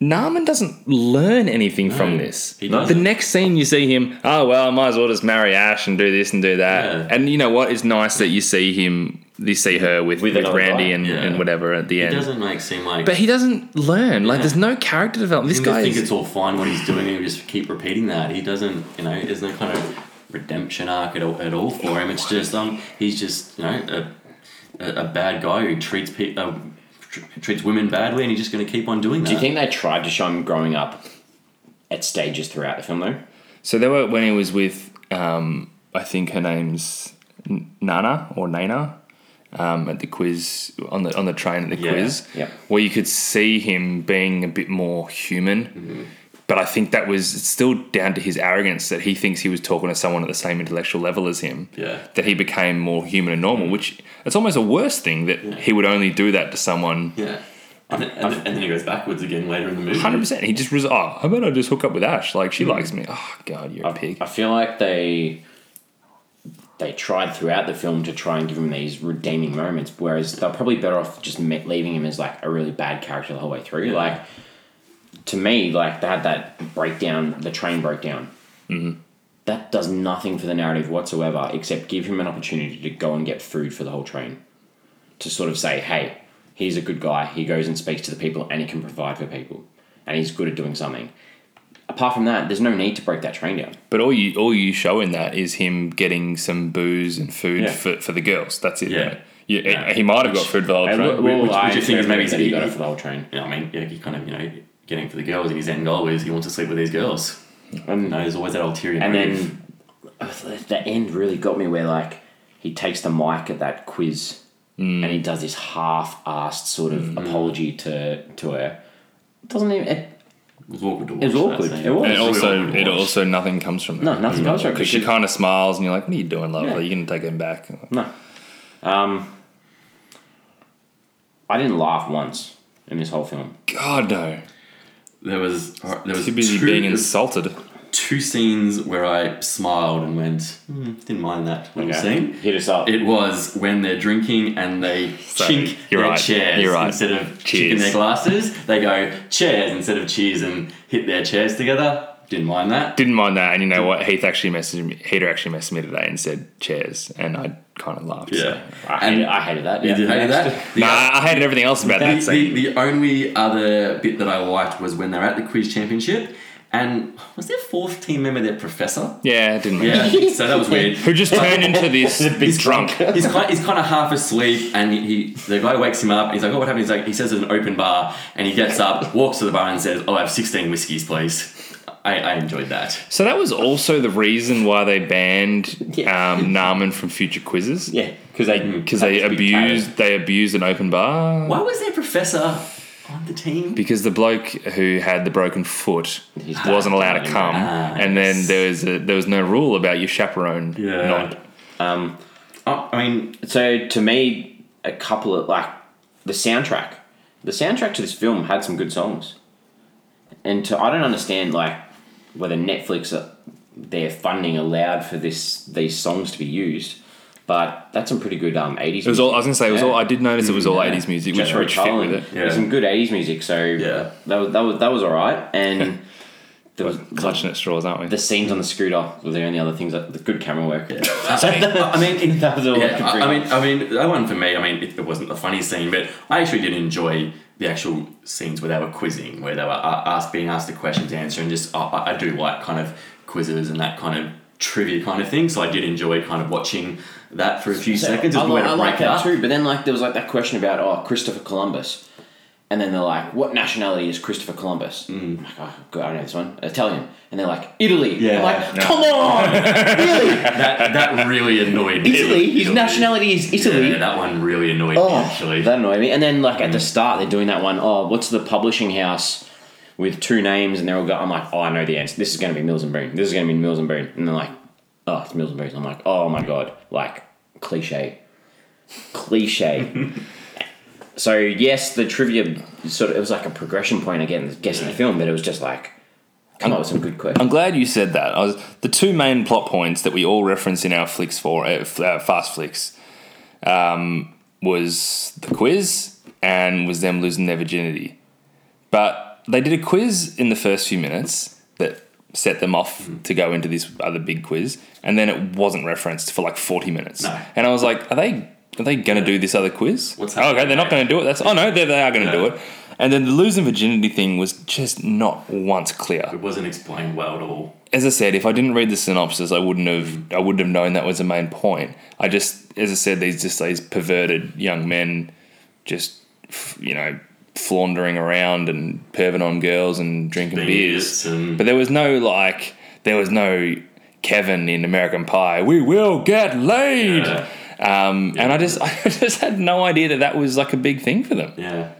[SPEAKER 3] Naaman doesn't learn anything from this.
[SPEAKER 2] he
[SPEAKER 3] The
[SPEAKER 2] doesn't.
[SPEAKER 3] next scene you see him, oh well, I might as well just marry Ash and do this and do that.
[SPEAKER 2] Yeah.
[SPEAKER 3] And you know what? It's nice that you see him, you see her with,
[SPEAKER 1] With
[SPEAKER 3] with,
[SPEAKER 1] another guy.
[SPEAKER 3] Randy and,
[SPEAKER 2] Yeah.
[SPEAKER 3] and whatever at the
[SPEAKER 2] it
[SPEAKER 3] end.
[SPEAKER 2] doesn't like seem like.
[SPEAKER 3] but he doesn't learn. Like
[SPEAKER 2] Yeah.
[SPEAKER 3] there's no character development. This
[SPEAKER 2] You
[SPEAKER 3] guy
[SPEAKER 2] think
[SPEAKER 3] is
[SPEAKER 2] it's all fine what he's doing, and you just keep repeating that. He doesn't, you know, there's no kind of redemption arc at all, at all for him. It's just um, he's just you know a, a, a bad guy who treats pe- uh, tr- treats women badly, and he's just going to keep on doing that.
[SPEAKER 1] Do you think they tried to show him growing up at stages throughout the film, though?
[SPEAKER 3] So they were when he was with, um, I think her name's N- Nana or Nana, um, at the quiz on the on the train at the
[SPEAKER 2] Yeah,
[SPEAKER 3] quiz,
[SPEAKER 1] yep.
[SPEAKER 3] where you could see him being a bit more human.
[SPEAKER 2] Mm-hmm.
[SPEAKER 3] But I think that was it's still down to his arrogance that he thinks he was talking to someone at the same intellectual level as him.
[SPEAKER 2] Yeah. Mm.
[SPEAKER 3] That he became more human and normal, which it's almost a worse thing that he would only do that to someone.
[SPEAKER 2] Yeah. And then, and, then, and then he goes backwards again later in the movie.
[SPEAKER 3] Hundred percent. He just was. Oh, how about I just hook up with Ash? Like
[SPEAKER 2] Mm.
[SPEAKER 3] she likes me. Oh God, you're a pig.
[SPEAKER 1] I feel like they they tried throughout the film to try and give him these redeeming moments, whereas they're probably better off just me- leaving him as like a really bad character the whole way through. Like to me, like they had that breakdown, the train breakdown. Mm-hmm. That does nothing for the narrative whatsoever, except give him an opportunity to go and get food for the whole train, to sort of say, hey, he's a good guy. He goes and speaks to the people, and he can provide for people, and he's good at doing something. Apart from that, there's no need to break that train down.
[SPEAKER 3] But all you all you show in that is him getting some booze and food
[SPEAKER 1] Yeah.
[SPEAKER 3] for, for the girls. That's it.
[SPEAKER 2] Yeah.
[SPEAKER 3] right? You-
[SPEAKER 2] Yeah.
[SPEAKER 3] He might have got food for the whole
[SPEAKER 1] I
[SPEAKER 3] train.
[SPEAKER 1] will, will
[SPEAKER 2] Which-
[SPEAKER 1] lie
[SPEAKER 2] which I
[SPEAKER 1] to
[SPEAKER 2] think is
[SPEAKER 1] everybody
[SPEAKER 2] maybe
[SPEAKER 1] that he
[SPEAKER 2] he-
[SPEAKER 1] got it for the whole train.
[SPEAKER 2] You know, I mean, yeah, he kind of, you know, getting for the girls, and his end goal is he wants to sleep with these girls. You
[SPEAKER 1] And,
[SPEAKER 2] know, there's always that ulterior
[SPEAKER 1] and
[SPEAKER 2] motive.
[SPEAKER 1] then uh,
[SPEAKER 2] Mm.
[SPEAKER 1] the end really got me where like he takes the mic at that quiz
[SPEAKER 2] Mm.
[SPEAKER 1] and he does this half-assed sort of
[SPEAKER 2] Mm-hmm.
[SPEAKER 1] apology to to her. Doesn't even it,
[SPEAKER 2] it was awkward to watch.
[SPEAKER 1] was
[SPEAKER 2] that
[SPEAKER 1] awkward.
[SPEAKER 2] scene.
[SPEAKER 1] It was.
[SPEAKER 3] And
[SPEAKER 1] It's
[SPEAKER 3] also,
[SPEAKER 2] awkward to
[SPEAKER 3] it
[SPEAKER 2] watch.
[SPEAKER 3] also nothing comes from that.
[SPEAKER 1] no
[SPEAKER 2] Mm.
[SPEAKER 1] nothing comes from it. 'cause
[SPEAKER 3] She
[SPEAKER 1] she-
[SPEAKER 3] kind of smiles and you're like, "What are you doing, love?
[SPEAKER 1] Yeah.
[SPEAKER 3] Like, you can take him back."
[SPEAKER 1] No, um, I didn't laugh once in this whole film.
[SPEAKER 3] God no.
[SPEAKER 2] There was uh, there was
[SPEAKER 3] Too busy
[SPEAKER 2] two-
[SPEAKER 3] being insulted.
[SPEAKER 2] two scenes where I smiled and went, hmm, didn't mind that little
[SPEAKER 1] Okay.
[SPEAKER 2] scene.
[SPEAKER 1] Hit us up.
[SPEAKER 2] It was when they're drinking and they chink
[SPEAKER 3] you're
[SPEAKER 2] their
[SPEAKER 3] right,
[SPEAKER 2] chairs
[SPEAKER 3] you're right.
[SPEAKER 2] instead of
[SPEAKER 3] Cheers.
[SPEAKER 2] chinking their glasses. They go chairs instead of cheers and hit their chairs together. Didn't mind that.
[SPEAKER 3] Didn't mind that. And you know what? Heath actually messaged me. Heater actually messaged me today and said, "Cheers," and I kind of laughed. so.
[SPEAKER 2] Yeah.
[SPEAKER 1] I
[SPEAKER 2] And-
[SPEAKER 1] hated, I hated that.
[SPEAKER 2] You
[SPEAKER 1] yeah.
[SPEAKER 2] did hate that? The
[SPEAKER 3] Nah, I hated everything else about that
[SPEAKER 2] the,
[SPEAKER 3] scene.
[SPEAKER 2] the, the only other bit that I liked was when they're at the quiz championship and was their fourth team member their professor?
[SPEAKER 3] yeah, it didn't.
[SPEAKER 2] Yeah,
[SPEAKER 3] matter.
[SPEAKER 2] so that was weird.
[SPEAKER 3] Who just turned into this big drunk?
[SPEAKER 2] He's kind, he's kind of half asleep, and he, the guy wakes him up. He's like, "Oh, what happened?" He's like, he says it's an open bar, and he gets up, walks to the bar, and says, "Oh, I have sixteen whiskeys, please." I, I enjoyed that.
[SPEAKER 3] So that was also the reason why they banned um, Naaman from future quizzes.
[SPEAKER 1] yeah, because they
[SPEAKER 2] Mm.
[SPEAKER 3] because they abused they abused an open bar.
[SPEAKER 2] Why was their professor on the team?
[SPEAKER 3] Because the bloke who had the broken foot
[SPEAKER 1] He's done.
[SPEAKER 3] wasn't allowed to come, and then there was a, there was no rule about your chaperone.
[SPEAKER 2] Yeah. Um,
[SPEAKER 3] not-
[SPEAKER 2] I, I mean,
[SPEAKER 1] So to me, a couple of like the soundtrack. the soundtrack to this film had some good songs, and to I don't understand like whether Netflix uh, their funding allowed for this these songs to be used, but that's some pretty good um eighties.
[SPEAKER 3] It was all. I was gonna say. It was all. I did notice it was all
[SPEAKER 1] Yeah. Mm-hmm.
[SPEAKER 3] eighties music,
[SPEAKER 1] Just
[SPEAKER 3] which,
[SPEAKER 1] for
[SPEAKER 3] which fit with
[SPEAKER 1] Colin.
[SPEAKER 3] it.
[SPEAKER 2] Yeah.
[SPEAKER 1] There's some good eighties music, so
[SPEAKER 2] Yeah.
[SPEAKER 1] that was that was that was all right. And there was
[SPEAKER 3] Clutching at straws, aren't we?
[SPEAKER 1] the scenes on the scooter were the only other things that the good camera work.
[SPEAKER 2] I mean,
[SPEAKER 1] that was all I
[SPEAKER 2] yeah,
[SPEAKER 1] could
[SPEAKER 2] I,
[SPEAKER 1] bring
[SPEAKER 2] I
[SPEAKER 1] up.
[SPEAKER 2] mean, I mean, that one for me. I mean, it, it wasn't the funniest scene, but I actually did enjoy the actual scenes where they were quizzing, where they were uh, asked, being asked the questions, answering. Just I- I, I do like kind of quizzes and that kind of trivia kind of thing. So I did enjoy kind of watching that for a few seconds.
[SPEAKER 1] I,
[SPEAKER 2] It was a way
[SPEAKER 1] like,
[SPEAKER 2] to
[SPEAKER 1] I like
[SPEAKER 2] break it
[SPEAKER 1] that
[SPEAKER 2] up.
[SPEAKER 1] too. But then like there was like that question about oh Christopher Columbus, and then they're like, what nationality is Christopher Columbus? I'm like, oh god, I know this one, Italian, and they're like Italy.
[SPEAKER 2] Yeah.
[SPEAKER 1] I'm like, come on, really?
[SPEAKER 2] That that really annoyed me.
[SPEAKER 1] Italy. His nationality is Italy.
[SPEAKER 2] Yeah, that one really annoyed me
[SPEAKER 1] Oh,
[SPEAKER 2] actually. Mm.
[SPEAKER 1] that annoyed me. And then like at the start, they're doing that one. Oh, what's the publishing house with two names? And they're all go. I'm like, oh, I know the answer. This is going to be Mills and Boone. This is going to be Mills and Boone. And they're like, oh, it's Mills and Boone. I'm like, oh my god, like cliche, cliche. so yes, the trivia sort of it was like a progression point again, guessing the film, but it was just like, come up with some good questions.
[SPEAKER 3] I'm glad you said that. I was, the two main plot points that we all reference in our flicks for uh, f- uh, fast flicks um, was the quiz and was them losing their virginity. But they did a quiz in the first few minutes that set them off
[SPEAKER 2] Mm-hmm.
[SPEAKER 3] to go into this other big quiz, and then it wasn't referenced for like 40 minutes.
[SPEAKER 2] No.
[SPEAKER 3] And I was like, are they are they going to do this other quiz?
[SPEAKER 2] What's
[SPEAKER 3] oh, okay,
[SPEAKER 2] happening?
[SPEAKER 3] they're not going to do it. That's oh no, they, they are going to
[SPEAKER 2] Yeah.
[SPEAKER 3] do it. And then the losing virginity thing was just not once clear
[SPEAKER 2] It wasn't explained well at all.
[SPEAKER 3] as I said, if I didn't read the synopsis, I wouldn't have. I wouldn't have known that was the main point. I just, as I said, these just these perverted young men, just f- you know, floundering around and perving on girls and drinking
[SPEAKER 2] Being idiots
[SPEAKER 3] beers.
[SPEAKER 2] and-
[SPEAKER 3] But there was no like, there was no Kevin in American Pie. We will get laid.
[SPEAKER 2] Yeah.
[SPEAKER 3] Um, And I just, I just had no idea that that was like a big thing for them.
[SPEAKER 2] Yeah.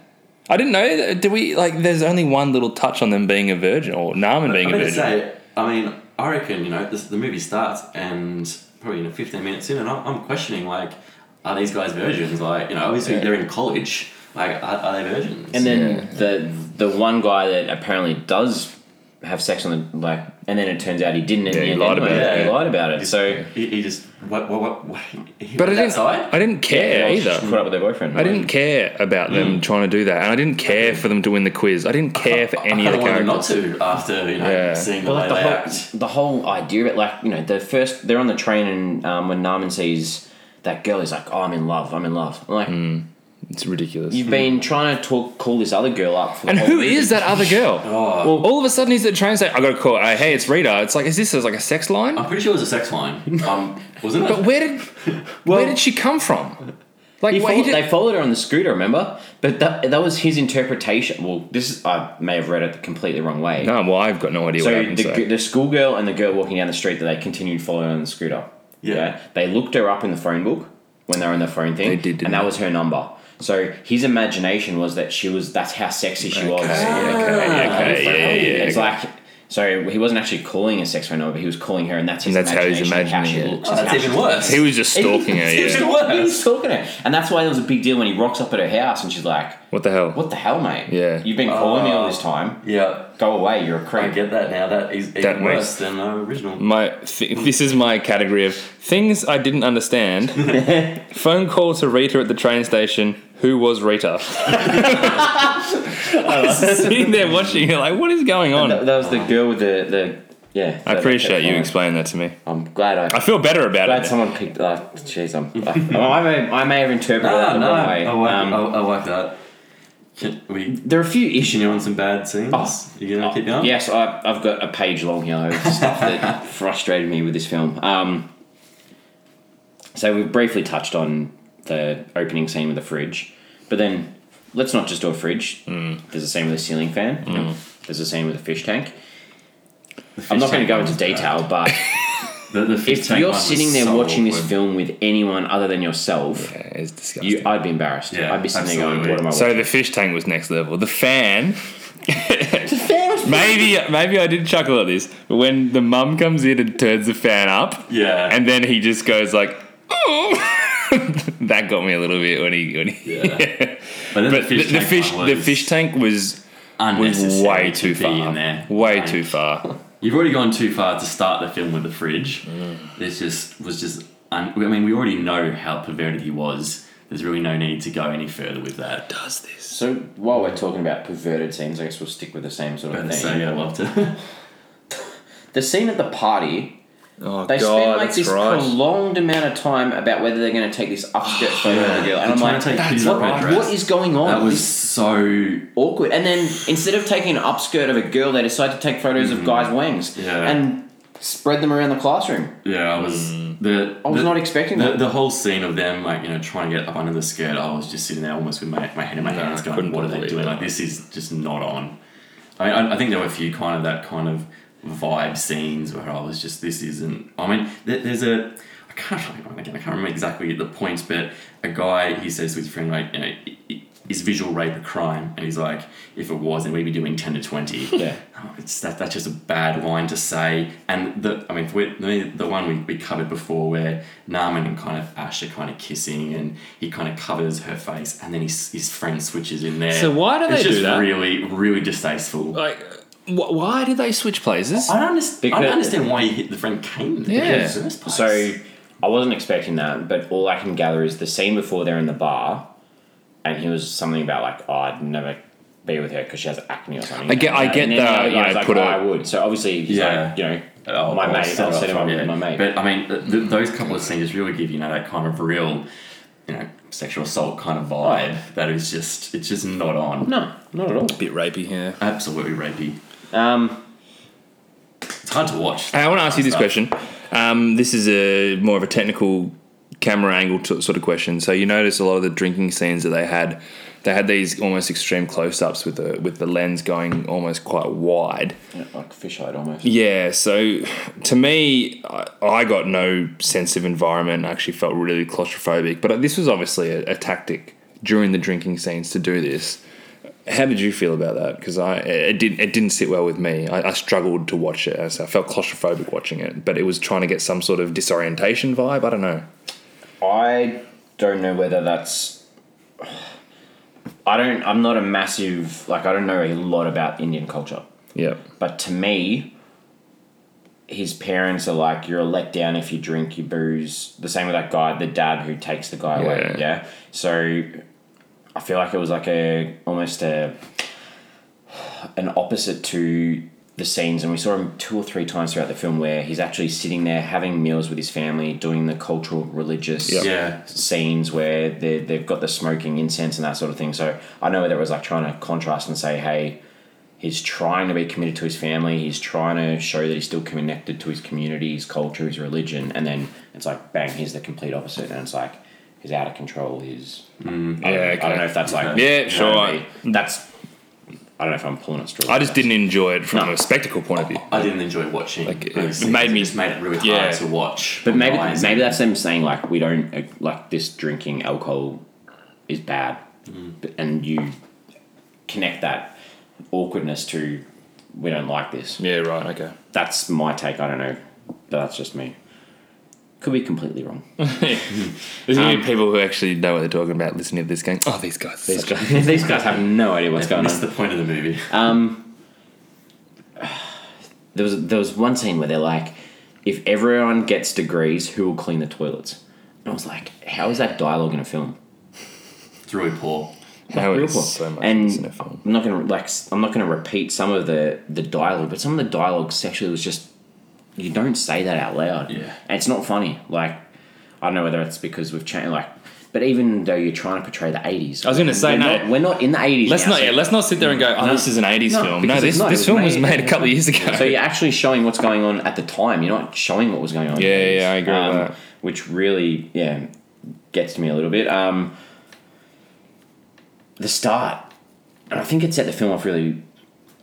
[SPEAKER 3] I didn't know. that- Do we like? There's only one little touch on them being a virgin or Naaman being
[SPEAKER 2] I'm
[SPEAKER 3] a
[SPEAKER 2] going to
[SPEAKER 3] virgin.
[SPEAKER 2] say, I mean, I reckon, you know, this, the movie starts and probably, you know, 15 minutes in, and I'm, I'm questioning, like, are these guys virgins? Like, you know, obviously they're in college. Like, are, are they virgins?
[SPEAKER 1] And then the the one guy that apparently does have sex on the like, and then it turns out he didn't. and
[SPEAKER 3] Yeah, he
[SPEAKER 1] and
[SPEAKER 3] lied
[SPEAKER 1] anyway,
[SPEAKER 3] about it,
[SPEAKER 1] He
[SPEAKER 3] yeah.
[SPEAKER 1] lied about it. So
[SPEAKER 2] he, he just, what, what, what, what he
[SPEAKER 3] But I
[SPEAKER 2] went
[SPEAKER 3] didn't.
[SPEAKER 2] outside?
[SPEAKER 3] I didn't care
[SPEAKER 1] Yeah, she
[SPEAKER 3] either.
[SPEAKER 1] Caught up with their boyfriend.
[SPEAKER 3] I didn't care about
[SPEAKER 1] mm.
[SPEAKER 3] them trying to do that, and I didn't care for them to win the quiz. I didn't care for
[SPEAKER 2] I
[SPEAKER 3] any
[SPEAKER 2] kinda
[SPEAKER 3] of the
[SPEAKER 2] wanted them not
[SPEAKER 3] characters.
[SPEAKER 2] to after, you know,
[SPEAKER 3] Yeah.
[SPEAKER 2] seeing the
[SPEAKER 1] Well,
[SPEAKER 2] way
[SPEAKER 1] like the
[SPEAKER 2] they act.
[SPEAKER 1] whole, the whole idea of it, like you know, the first they're on the train and um, when Naaman sees that girl, he's like, "Oh, I'm in love. I'm in love." I'm like,
[SPEAKER 3] Mm. It's ridiculous.
[SPEAKER 1] you've been trying to talk, call this other girl up. For the
[SPEAKER 3] and
[SPEAKER 1] whole
[SPEAKER 3] who
[SPEAKER 1] movie.
[SPEAKER 3] is that other girl?
[SPEAKER 2] Oh.
[SPEAKER 3] Well, all of a sudden he's at the train station. I got a call. Uh, hey, it's Rita. It's like, is this like a sex line?
[SPEAKER 2] I'm pretty sure it was a sex line. Um, wasn't it?
[SPEAKER 3] But where did where did she come from? Like,
[SPEAKER 1] He
[SPEAKER 3] what, he
[SPEAKER 1] followed,
[SPEAKER 3] did,
[SPEAKER 1] they followed her on the scooter, remember? But that, that was his interpretation. Well, this is I may have read it the completely wrong way.
[SPEAKER 3] no, well, I've got no idea
[SPEAKER 1] So
[SPEAKER 3] what happened.
[SPEAKER 1] the,
[SPEAKER 3] so.
[SPEAKER 1] g the schoolgirl and the girl walking down the street that they continued following on the scooter.
[SPEAKER 2] Yeah.
[SPEAKER 1] They looked her up in the phone book when they were in the phone thing.
[SPEAKER 3] They did, didn't
[SPEAKER 1] and that
[SPEAKER 3] they?
[SPEAKER 1] was her number. So his imagination was that she was. That's how sexy she was. Uh,
[SPEAKER 3] Okay, okay, okay, yeah, yeah, yeah,
[SPEAKER 1] It's
[SPEAKER 3] okay.
[SPEAKER 1] like. So he wasn't actually calling a sex phone number, but he was calling her, and that's his
[SPEAKER 3] And that's how he's
[SPEAKER 1] imagination. of How she
[SPEAKER 3] imagining it.
[SPEAKER 1] looks.
[SPEAKER 2] Oh,
[SPEAKER 1] and
[SPEAKER 2] that's
[SPEAKER 1] how
[SPEAKER 2] even
[SPEAKER 1] she-
[SPEAKER 2] worse.
[SPEAKER 3] he was just stalking her.
[SPEAKER 1] It's
[SPEAKER 3] Yeah.
[SPEAKER 1] even worse. He was stalking her, and that's why it was a big deal when he rocks up at her house, and she's like,
[SPEAKER 3] What the hell?
[SPEAKER 1] "What the hell, mate?
[SPEAKER 3] Yeah.
[SPEAKER 1] you've been calling me all this time.
[SPEAKER 2] yeah.
[SPEAKER 1] Go away. You're a creep."
[SPEAKER 2] I get that now. That is even
[SPEAKER 3] That
[SPEAKER 2] worse
[SPEAKER 3] makes-
[SPEAKER 2] than the original.
[SPEAKER 3] My th- this is my category of things I didn't understand. Phone call to Rita at the train station. Who was Rita? I was sitting there watching it, like, what is going
[SPEAKER 1] That,
[SPEAKER 3] on?
[SPEAKER 1] that was the girl with the, the yeah.
[SPEAKER 3] I
[SPEAKER 1] that-
[SPEAKER 3] appreciate
[SPEAKER 1] that-
[SPEAKER 3] you explaining that to me.
[SPEAKER 1] I'm glad I.
[SPEAKER 3] I feel better about
[SPEAKER 1] glad
[SPEAKER 3] it.
[SPEAKER 1] someone picked. Uh, jeez, I'm. I, I, may, I may have interpreted that
[SPEAKER 2] Ah,
[SPEAKER 1] the
[SPEAKER 2] no, Oh.
[SPEAKER 1] wrong way.
[SPEAKER 2] I like,
[SPEAKER 1] Um,
[SPEAKER 2] I, I like that. Can we
[SPEAKER 1] there are a few issues.
[SPEAKER 2] continue on some bad scenes?
[SPEAKER 1] Oh.
[SPEAKER 2] you gonna keep going?
[SPEAKER 1] Yes, I, I've got a page long here of stuff that frustrated me with this film. Um, so we've briefly touched on the opening scene with the fridge, but then let's not just do a fridge.
[SPEAKER 3] Mm.
[SPEAKER 1] There's a scene with a ceiling fan. There's a scene with a fish tank. I'm not going to
[SPEAKER 2] tank
[SPEAKER 1] go
[SPEAKER 2] one
[SPEAKER 1] into
[SPEAKER 2] was bad.
[SPEAKER 1] detail, but
[SPEAKER 2] The, the fish
[SPEAKER 1] if
[SPEAKER 2] tank
[SPEAKER 1] you're
[SPEAKER 2] one was
[SPEAKER 1] sitting there
[SPEAKER 2] so
[SPEAKER 1] watching this
[SPEAKER 2] awkward.
[SPEAKER 1] film with anyone other than yourself,
[SPEAKER 3] Yeah, it's disgusting.
[SPEAKER 1] you, I'd be embarrassed.
[SPEAKER 2] Yeah,
[SPEAKER 1] I'd be sitting
[SPEAKER 2] absolutely.
[SPEAKER 1] there going, "What am I?"
[SPEAKER 3] so the fish tank was next level. The fan.
[SPEAKER 1] watching?
[SPEAKER 3] Maybe maybe I did chuckle at this, but when the mum comes in and turns the fan up,
[SPEAKER 2] Yeah.
[SPEAKER 3] and then he just goes like, "Oh," that got me a little bit when he when he.
[SPEAKER 2] Yeah. But then
[SPEAKER 3] But the, the
[SPEAKER 2] tank
[SPEAKER 3] fish
[SPEAKER 2] one
[SPEAKER 3] the
[SPEAKER 2] was
[SPEAKER 3] fish tank was was
[SPEAKER 2] unnecessary
[SPEAKER 3] way
[SPEAKER 2] to
[SPEAKER 3] too
[SPEAKER 2] be
[SPEAKER 3] far.
[SPEAKER 2] in there.
[SPEAKER 3] Way
[SPEAKER 2] Like,
[SPEAKER 3] too far.
[SPEAKER 2] You've already gone too far to start the film with the fridge.
[SPEAKER 3] Mm.
[SPEAKER 2] This just was just. Un- I mean, we already know how perverted he was. There's really no need to go any further with that.
[SPEAKER 3] Does this?
[SPEAKER 1] So while we're talking about perverted scenes, I guess we'll stick with the same sort of
[SPEAKER 2] But
[SPEAKER 1] thing.
[SPEAKER 2] so yeah, I loved it.
[SPEAKER 1] The scene at the party,
[SPEAKER 3] Oh
[SPEAKER 1] they spend
[SPEAKER 3] god,
[SPEAKER 1] like
[SPEAKER 3] that's
[SPEAKER 1] this
[SPEAKER 3] right.
[SPEAKER 1] prolonged amount of time about whether they're going to take this upskirt photo of the girl, and
[SPEAKER 2] They're
[SPEAKER 1] I'm
[SPEAKER 2] trying
[SPEAKER 1] like,
[SPEAKER 2] to take
[SPEAKER 1] "That's
[SPEAKER 2] pictures
[SPEAKER 1] what,
[SPEAKER 2] of her dress."
[SPEAKER 1] what is going on?
[SPEAKER 2] That was
[SPEAKER 1] This is
[SPEAKER 2] so
[SPEAKER 1] awkward. And then instead of taking an upskirt of a girl, they decide to take photos of guys' wings
[SPEAKER 2] Mm-hmm. Yeah.
[SPEAKER 1] and spread them around the classroom.
[SPEAKER 2] Yeah, I was
[SPEAKER 3] Mm.
[SPEAKER 2] the.
[SPEAKER 1] I was
[SPEAKER 2] the-
[SPEAKER 1] not expecting
[SPEAKER 2] the,
[SPEAKER 1] that.
[SPEAKER 2] The whole scene of them, like you know, trying to get up under the skirt. I was just sitting there, almost with my, my head in my hands, going,
[SPEAKER 3] couldn't
[SPEAKER 2] "What are they
[SPEAKER 3] believe
[SPEAKER 2] doing?
[SPEAKER 3] it.
[SPEAKER 2] Like this is just not on." I, mean, I I think there were a few kind of that kind of vibe scenes where I was just, "This isn't." I mean, there, there's a. I can't remember again. I can't remember exactly the points, but a guy he says to his friend, like, you know. "I- I- Is visual rape a crime? And he's like, if it was, then we'd be doing ten to twenty.
[SPEAKER 1] Yeah.
[SPEAKER 2] Oh, it's that that's just a bad line to say. And the I mean, if we, the, the one we, we covered before where Naaman and kind of Ash are kind of kissing, and he kind of covers her face, and then his his friend switches in there.
[SPEAKER 3] So why do
[SPEAKER 2] it's
[SPEAKER 3] they do
[SPEAKER 2] just
[SPEAKER 3] that?
[SPEAKER 2] Really, really distasteful.
[SPEAKER 3] Like, wh- why did they switch places?
[SPEAKER 2] I don't understand. I don't
[SPEAKER 1] Because-
[SPEAKER 2] understand why he hit the friend Kane.
[SPEAKER 3] Yeah.
[SPEAKER 2] in the first place.
[SPEAKER 1] So I wasn't expecting that, but all I can gather is the scene before they're in the bar, and he was something about like, "Oh, I'd never be with her because she has acne or something."
[SPEAKER 3] I get- I
[SPEAKER 1] And
[SPEAKER 3] get
[SPEAKER 1] then
[SPEAKER 3] that,
[SPEAKER 1] the
[SPEAKER 3] you
[SPEAKER 1] guy's
[SPEAKER 3] know,
[SPEAKER 1] like,
[SPEAKER 3] put
[SPEAKER 1] "Oh,
[SPEAKER 3] a-
[SPEAKER 1] I would. So obviously, he's
[SPEAKER 2] Yeah.
[SPEAKER 1] like, you know,
[SPEAKER 2] I'll-
[SPEAKER 1] oh, my
[SPEAKER 2] I'll
[SPEAKER 1] mate.
[SPEAKER 2] set
[SPEAKER 1] I'll
[SPEAKER 2] it
[SPEAKER 1] set him
[SPEAKER 2] up,
[SPEAKER 1] up with
[SPEAKER 2] Oh, yeah.
[SPEAKER 1] my mate.
[SPEAKER 2] But I mean, th- th- those couple of scenes really give you know that kind of real, you know, sexual assault kind of vibe. That is just it's just not on.
[SPEAKER 1] no, not at all.
[SPEAKER 3] bit rapey, yeah.
[SPEAKER 2] Absolutely rapey.
[SPEAKER 1] Um,
[SPEAKER 2] It's hard to watch.
[SPEAKER 3] I want to ask you this question. Um, this is a more of a technical camera angle t- sort of question. So you notice a lot of the drinking scenes that they had, they had these almost extreme close-ups with the with the lens going almost quite wide.
[SPEAKER 1] yeah, like fisheye almost.
[SPEAKER 3] Yeah. So to me, I, I got no sense of environment. I actually felt really claustrophobic. But uh, this was obviously a, a tactic during the drinking scenes to do this. How did you feel about that? Because I it didn't it didn't sit well with me. I, I struggled to watch it. as I felt claustrophobic watching it, but it was trying to get some sort of disorientation vibe. I don't know.
[SPEAKER 1] I don't know whether that's. I don't. I'm not a massive like. I don't know a lot about Indian culture.
[SPEAKER 3] Yeah.
[SPEAKER 1] But to me, his parents are like, you're a letdown if you drink, you booze. The same with that guy, the dad who takes the guy away.
[SPEAKER 3] Yeah.
[SPEAKER 1] Yeah. So I feel like it was like a almost a an opposite to the scenes, and we saw him two or three times throughout the film where he's actually sitting there having meals with his family, doing the cultural, religious
[SPEAKER 3] Yeah.
[SPEAKER 2] Yeah.
[SPEAKER 1] scenes where they- they've got the smoking incense and that sort of thing. So I know that it was like trying to contrast and say, hey, he's trying to be committed to his family, he's trying to show that he's still connected to his community, his culture, his religion, and then it's like, bang, he's the complete opposite. And it's like, he's out of control, he's. I, don't,
[SPEAKER 3] Mm. Yeah,
[SPEAKER 1] I
[SPEAKER 3] okay.
[SPEAKER 1] don't know if that's like.
[SPEAKER 3] Yeah,
[SPEAKER 1] you know
[SPEAKER 3] sure.
[SPEAKER 1] what I mean? That's. I don't know if I'm pulling it straws.
[SPEAKER 3] I just didn't enjoy it from
[SPEAKER 1] No.
[SPEAKER 3] a spectacle point of view.
[SPEAKER 2] I didn't enjoy watching.
[SPEAKER 3] Like, it-
[SPEAKER 2] those
[SPEAKER 3] it
[SPEAKER 2] scenes.
[SPEAKER 3] made me-
[SPEAKER 2] just made it really hard
[SPEAKER 3] yeah.
[SPEAKER 2] to watch.
[SPEAKER 1] But maybe
[SPEAKER 2] Otherwise,
[SPEAKER 1] maybe that's them saying like we don't uh, like this drinking alcohol is bad, But- and you connect that awkwardness to we don't like this.
[SPEAKER 3] Yeah. Right. Okay.
[SPEAKER 1] That's my take. I don't know. But that's just me. Could be completely wrong.
[SPEAKER 3] There's gonna be people who actually know what they're talking about listening to this going, "Oh, these guys, are
[SPEAKER 1] These
[SPEAKER 3] such a-"
[SPEAKER 1] guys, these guys have no idea what's going
[SPEAKER 2] That's
[SPEAKER 1] on.
[SPEAKER 2] the point of the movie.
[SPEAKER 1] Um, there was there was one scene where they're like, if everyone gets degrees, who will clean the toilets? And I was like, how is that dialogue in a film?
[SPEAKER 2] It's really poor.
[SPEAKER 3] Now
[SPEAKER 1] Real
[SPEAKER 3] it's
[SPEAKER 1] plot.
[SPEAKER 3] so much
[SPEAKER 1] and
[SPEAKER 3] worse in a film.
[SPEAKER 1] I'm not gonna like s- I'm not gonna repeat some of the the dialogue, but some of the dialogue sexually was just you don't say that out loud.
[SPEAKER 2] Yeah.
[SPEAKER 1] and it's not funny. Like I don't know whether it's because we've changed. Like, but even though you're trying to portray the '80s,
[SPEAKER 3] I was gonna say,
[SPEAKER 1] we're
[SPEAKER 3] no.
[SPEAKER 1] not, we're not in the '80s.
[SPEAKER 3] Let's
[SPEAKER 1] now,
[SPEAKER 3] not.
[SPEAKER 1] so-
[SPEAKER 3] Yeah, let's not sit there and go. Oh, this is an '80s
[SPEAKER 1] No,
[SPEAKER 3] film. No,
[SPEAKER 1] because
[SPEAKER 3] this
[SPEAKER 1] it's not. It
[SPEAKER 3] this
[SPEAKER 1] was
[SPEAKER 3] film was
[SPEAKER 1] made-
[SPEAKER 3] made a couple of years ago.
[SPEAKER 1] So you're actually showing what's going on at the time. You're not showing what was going on. Um,
[SPEAKER 3] Yeah, yeah, I agree with that.
[SPEAKER 1] Which really, yeah, gets to me a little bit. Um, the start, and I think it set the film off really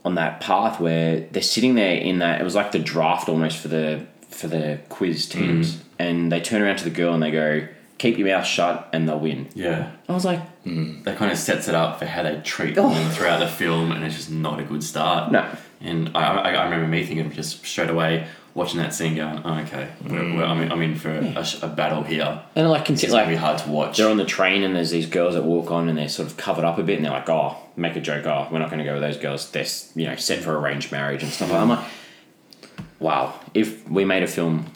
[SPEAKER 1] on that path where they're sitting there in that. It was like the draft almost for the for the quiz teams,
[SPEAKER 3] Mm-hmm.
[SPEAKER 1] and they turn around to the girl and they go, "Keep your mouth shut, and they'll win."
[SPEAKER 2] Yeah.
[SPEAKER 1] I was like,
[SPEAKER 2] That kind of sets it up for how they treat
[SPEAKER 1] Oh.
[SPEAKER 2] women throughout the film, and it's just not a good start.
[SPEAKER 1] No.
[SPEAKER 2] And I, I, I remember me thinking just straight away, watching that scene going, oh, okay, we're, we're, I'm, in, I'm in for a, sh- a battle here.
[SPEAKER 1] And like, consider
[SPEAKER 2] It's going to be
[SPEAKER 1] like
[SPEAKER 2] hard to watch.
[SPEAKER 1] they're on the train and there's these girls that walk on and they're sort of covered up a bit and they're like, oh, make a joke. Oh, we're not going to go with those girls. They're s- you know set for arranged marriage and stuff. I'm like, wow. If we made a film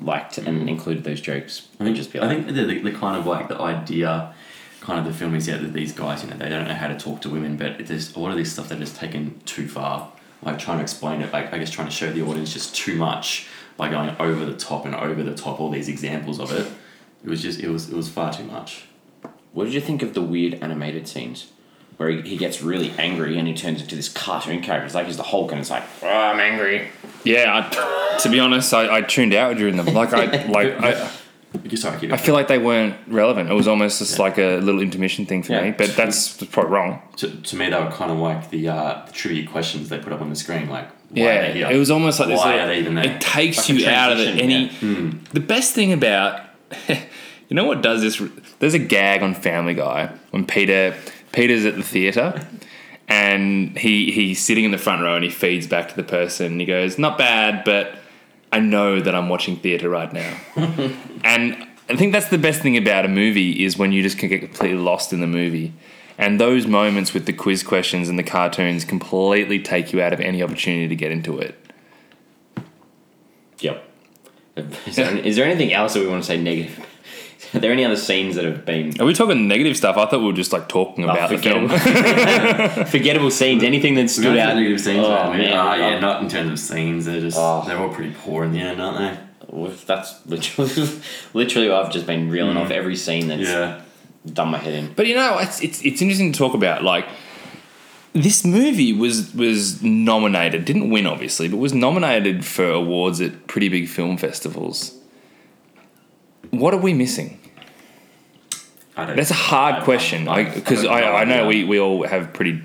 [SPEAKER 1] liked and included those jokes,
[SPEAKER 2] I
[SPEAKER 1] we'd
[SPEAKER 2] think
[SPEAKER 1] just be
[SPEAKER 2] I
[SPEAKER 1] like,
[SPEAKER 2] think the, the, the kind of like the idea, kind of the film is yeah that these guys you know they don't know how to talk to women, but there's a lot of this stuff that is taken too far. Like trying to explain it, like I guess trying to show the audience just too much by going over the top and over the top all these examples of it. It was just it was it was far too much.
[SPEAKER 1] what did you think of the weird animated scenes? Where he, he gets really angry and he turns into this cartoon character. It's like he's the Hulk and it's like, oh, I'm angry.
[SPEAKER 3] Yeah, I, to be honest, I, I tuned out during them. Like I like I,
[SPEAKER 2] You're Sorry, keep
[SPEAKER 3] I feel like they weren't relevant. It was almost just like a little intermission thing for
[SPEAKER 1] Yeah.
[SPEAKER 3] me. But that's probably wrong.
[SPEAKER 2] to, to me they were kind of like the, uh, the trivia questions they put up on the screen, like why are they
[SPEAKER 3] yeah,
[SPEAKER 2] here?
[SPEAKER 3] it was almost like this.
[SPEAKER 2] Why
[SPEAKER 3] little-
[SPEAKER 2] are they even there?
[SPEAKER 3] It takes
[SPEAKER 1] Like a
[SPEAKER 3] you out of it.
[SPEAKER 1] transition,
[SPEAKER 3] Any
[SPEAKER 1] yeah. Hmm.
[SPEAKER 3] the best thing about you know what does this? There's a gag on Family Guy when Peter Peter's at the theater. And he, he's sitting in the front row and he feeds back to the person. And he goes, "Not bad, but I know that I'm watching theater right now." And I think that's the best thing about a movie is when you just can get completely lost in the movie. And those moments with the quiz questions and the cartoons completely take you out of any opportunity to get into it.
[SPEAKER 1] Yep. Is there, is there anything else that we want to say negative? Are there any other scenes that have been
[SPEAKER 3] Are we talking negative stuff? I thought we were just like talking
[SPEAKER 1] Oh,
[SPEAKER 3] about the film.
[SPEAKER 1] forgettable scenes? Anything that stood out?
[SPEAKER 2] negative scenes.
[SPEAKER 1] Oh,
[SPEAKER 2] I mean,
[SPEAKER 1] man,
[SPEAKER 2] uh,
[SPEAKER 1] we
[SPEAKER 2] yeah,
[SPEAKER 1] love-
[SPEAKER 2] not in terms of scenes. They're just
[SPEAKER 1] Oh.
[SPEAKER 2] they're all pretty poor in the end, aren't they?
[SPEAKER 1] Well, That's literally, literally, what I've just been reeling off every scene that's
[SPEAKER 2] Mm. Yeah.
[SPEAKER 1] done my head in.
[SPEAKER 3] But you know, it's, it's it's interesting to talk about. Like this movie was was nominated, didn't win obviously, but was nominated for awards at pretty big film festivals. What are we missing?
[SPEAKER 2] I don't
[SPEAKER 3] That's a hard
[SPEAKER 2] I-
[SPEAKER 3] question
[SPEAKER 2] I-
[SPEAKER 3] because
[SPEAKER 2] I
[SPEAKER 3] I,
[SPEAKER 2] don't know,
[SPEAKER 3] I, know
[SPEAKER 2] yeah.
[SPEAKER 3] we, we all have pretty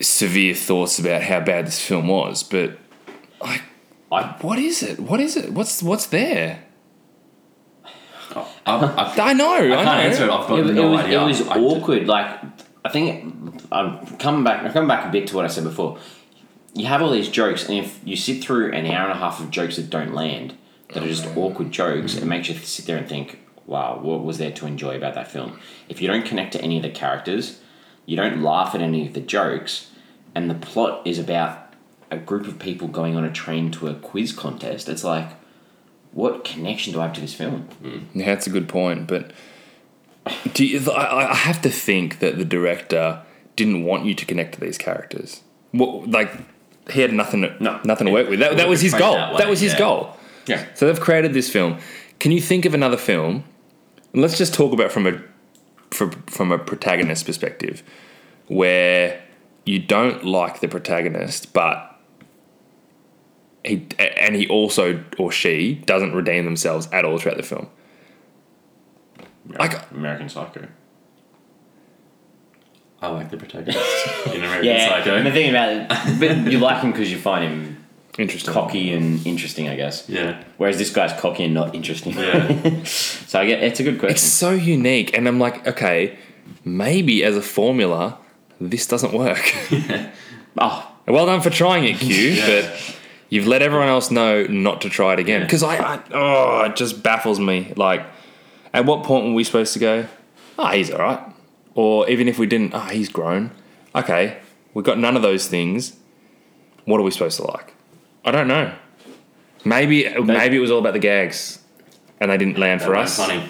[SPEAKER 3] severe thoughts about how bad this film was, but like,
[SPEAKER 1] I-
[SPEAKER 3] what is it? What is it? What's what's there?
[SPEAKER 2] I, I,
[SPEAKER 3] I know. I,
[SPEAKER 2] I can't
[SPEAKER 3] know.
[SPEAKER 2] answer it. I've got
[SPEAKER 1] it, it
[SPEAKER 2] no
[SPEAKER 1] was,
[SPEAKER 2] idea.
[SPEAKER 1] it was
[SPEAKER 2] I d-
[SPEAKER 1] awkward. Like I think I'm coming back. I'm coming back a bit to what I said before. You have all these jokes, and if you sit through an hour and a half of jokes that don't land, that are just awkward jokes,
[SPEAKER 2] Mm-hmm.
[SPEAKER 1] it makes you sit there and think, "Wow, what was there to enjoy about that film?" If you don't connect to any of the characters, you don't laugh at any of the jokes, and the plot is about a group of people going on a train to a quiz contest. It's like, what connection do I have to this film?
[SPEAKER 3] Yeah, that's a good point. But do you, I, I have to think that the director didn't want you to connect to these characters. What, like he had nothing, to-
[SPEAKER 1] No.
[SPEAKER 3] nothing to work with. That, that was his
[SPEAKER 2] framed
[SPEAKER 3] goal.
[SPEAKER 2] that
[SPEAKER 3] That,
[SPEAKER 2] way,
[SPEAKER 3] was his
[SPEAKER 2] yeah.
[SPEAKER 3] goal.
[SPEAKER 1] Yeah.
[SPEAKER 3] So they've created this film. Can you think of another film? And Let's just talk about from a from, from a protagonist perspective, where you don't like the protagonist, but he and he also or she doesn't redeem themselves at all throughout the film. Like
[SPEAKER 1] American Psycho.
[SPEAKER 2] I like the protagonist in American
[SPEAKER 1] Yeah, and the
[SPEAKER 2] Psycho.
[SPEAKER 1] thing about it, but you like him because you find him
[SPEAKER 3] interesting.
[SPEAKER 1] cocky and interesting, I guess.
[SPEAKER 2] Yeah.
[SPEAKER 1] Whereas this guy's cocky and not interesting.
[SPEAKER 2] Yeah.
[SPEAKER 1] so I get it's a good question.
[SPEAKER 3] It's so unique, and I'm like, okay, maybe as a formula, this doesn't work.
[SPEAKER 1] oh,
[SPEAKER 3] Well done for trying it, Q. But you've let everyone else know not to try it again.
[SPEAKER 2] Yeah.
[SPEAKER 3] Because I, I, oh, it just baffles me. Like, at what point were we supposed to go? Ah, he's all right. Or even if we didn't, ah, he's grown. Okay, we've got none of those things. What are we supposed to like? I don't know. Maybe, maybe it was all about the gags, and they didn't land for us.
[SPEAKER 2] Funny.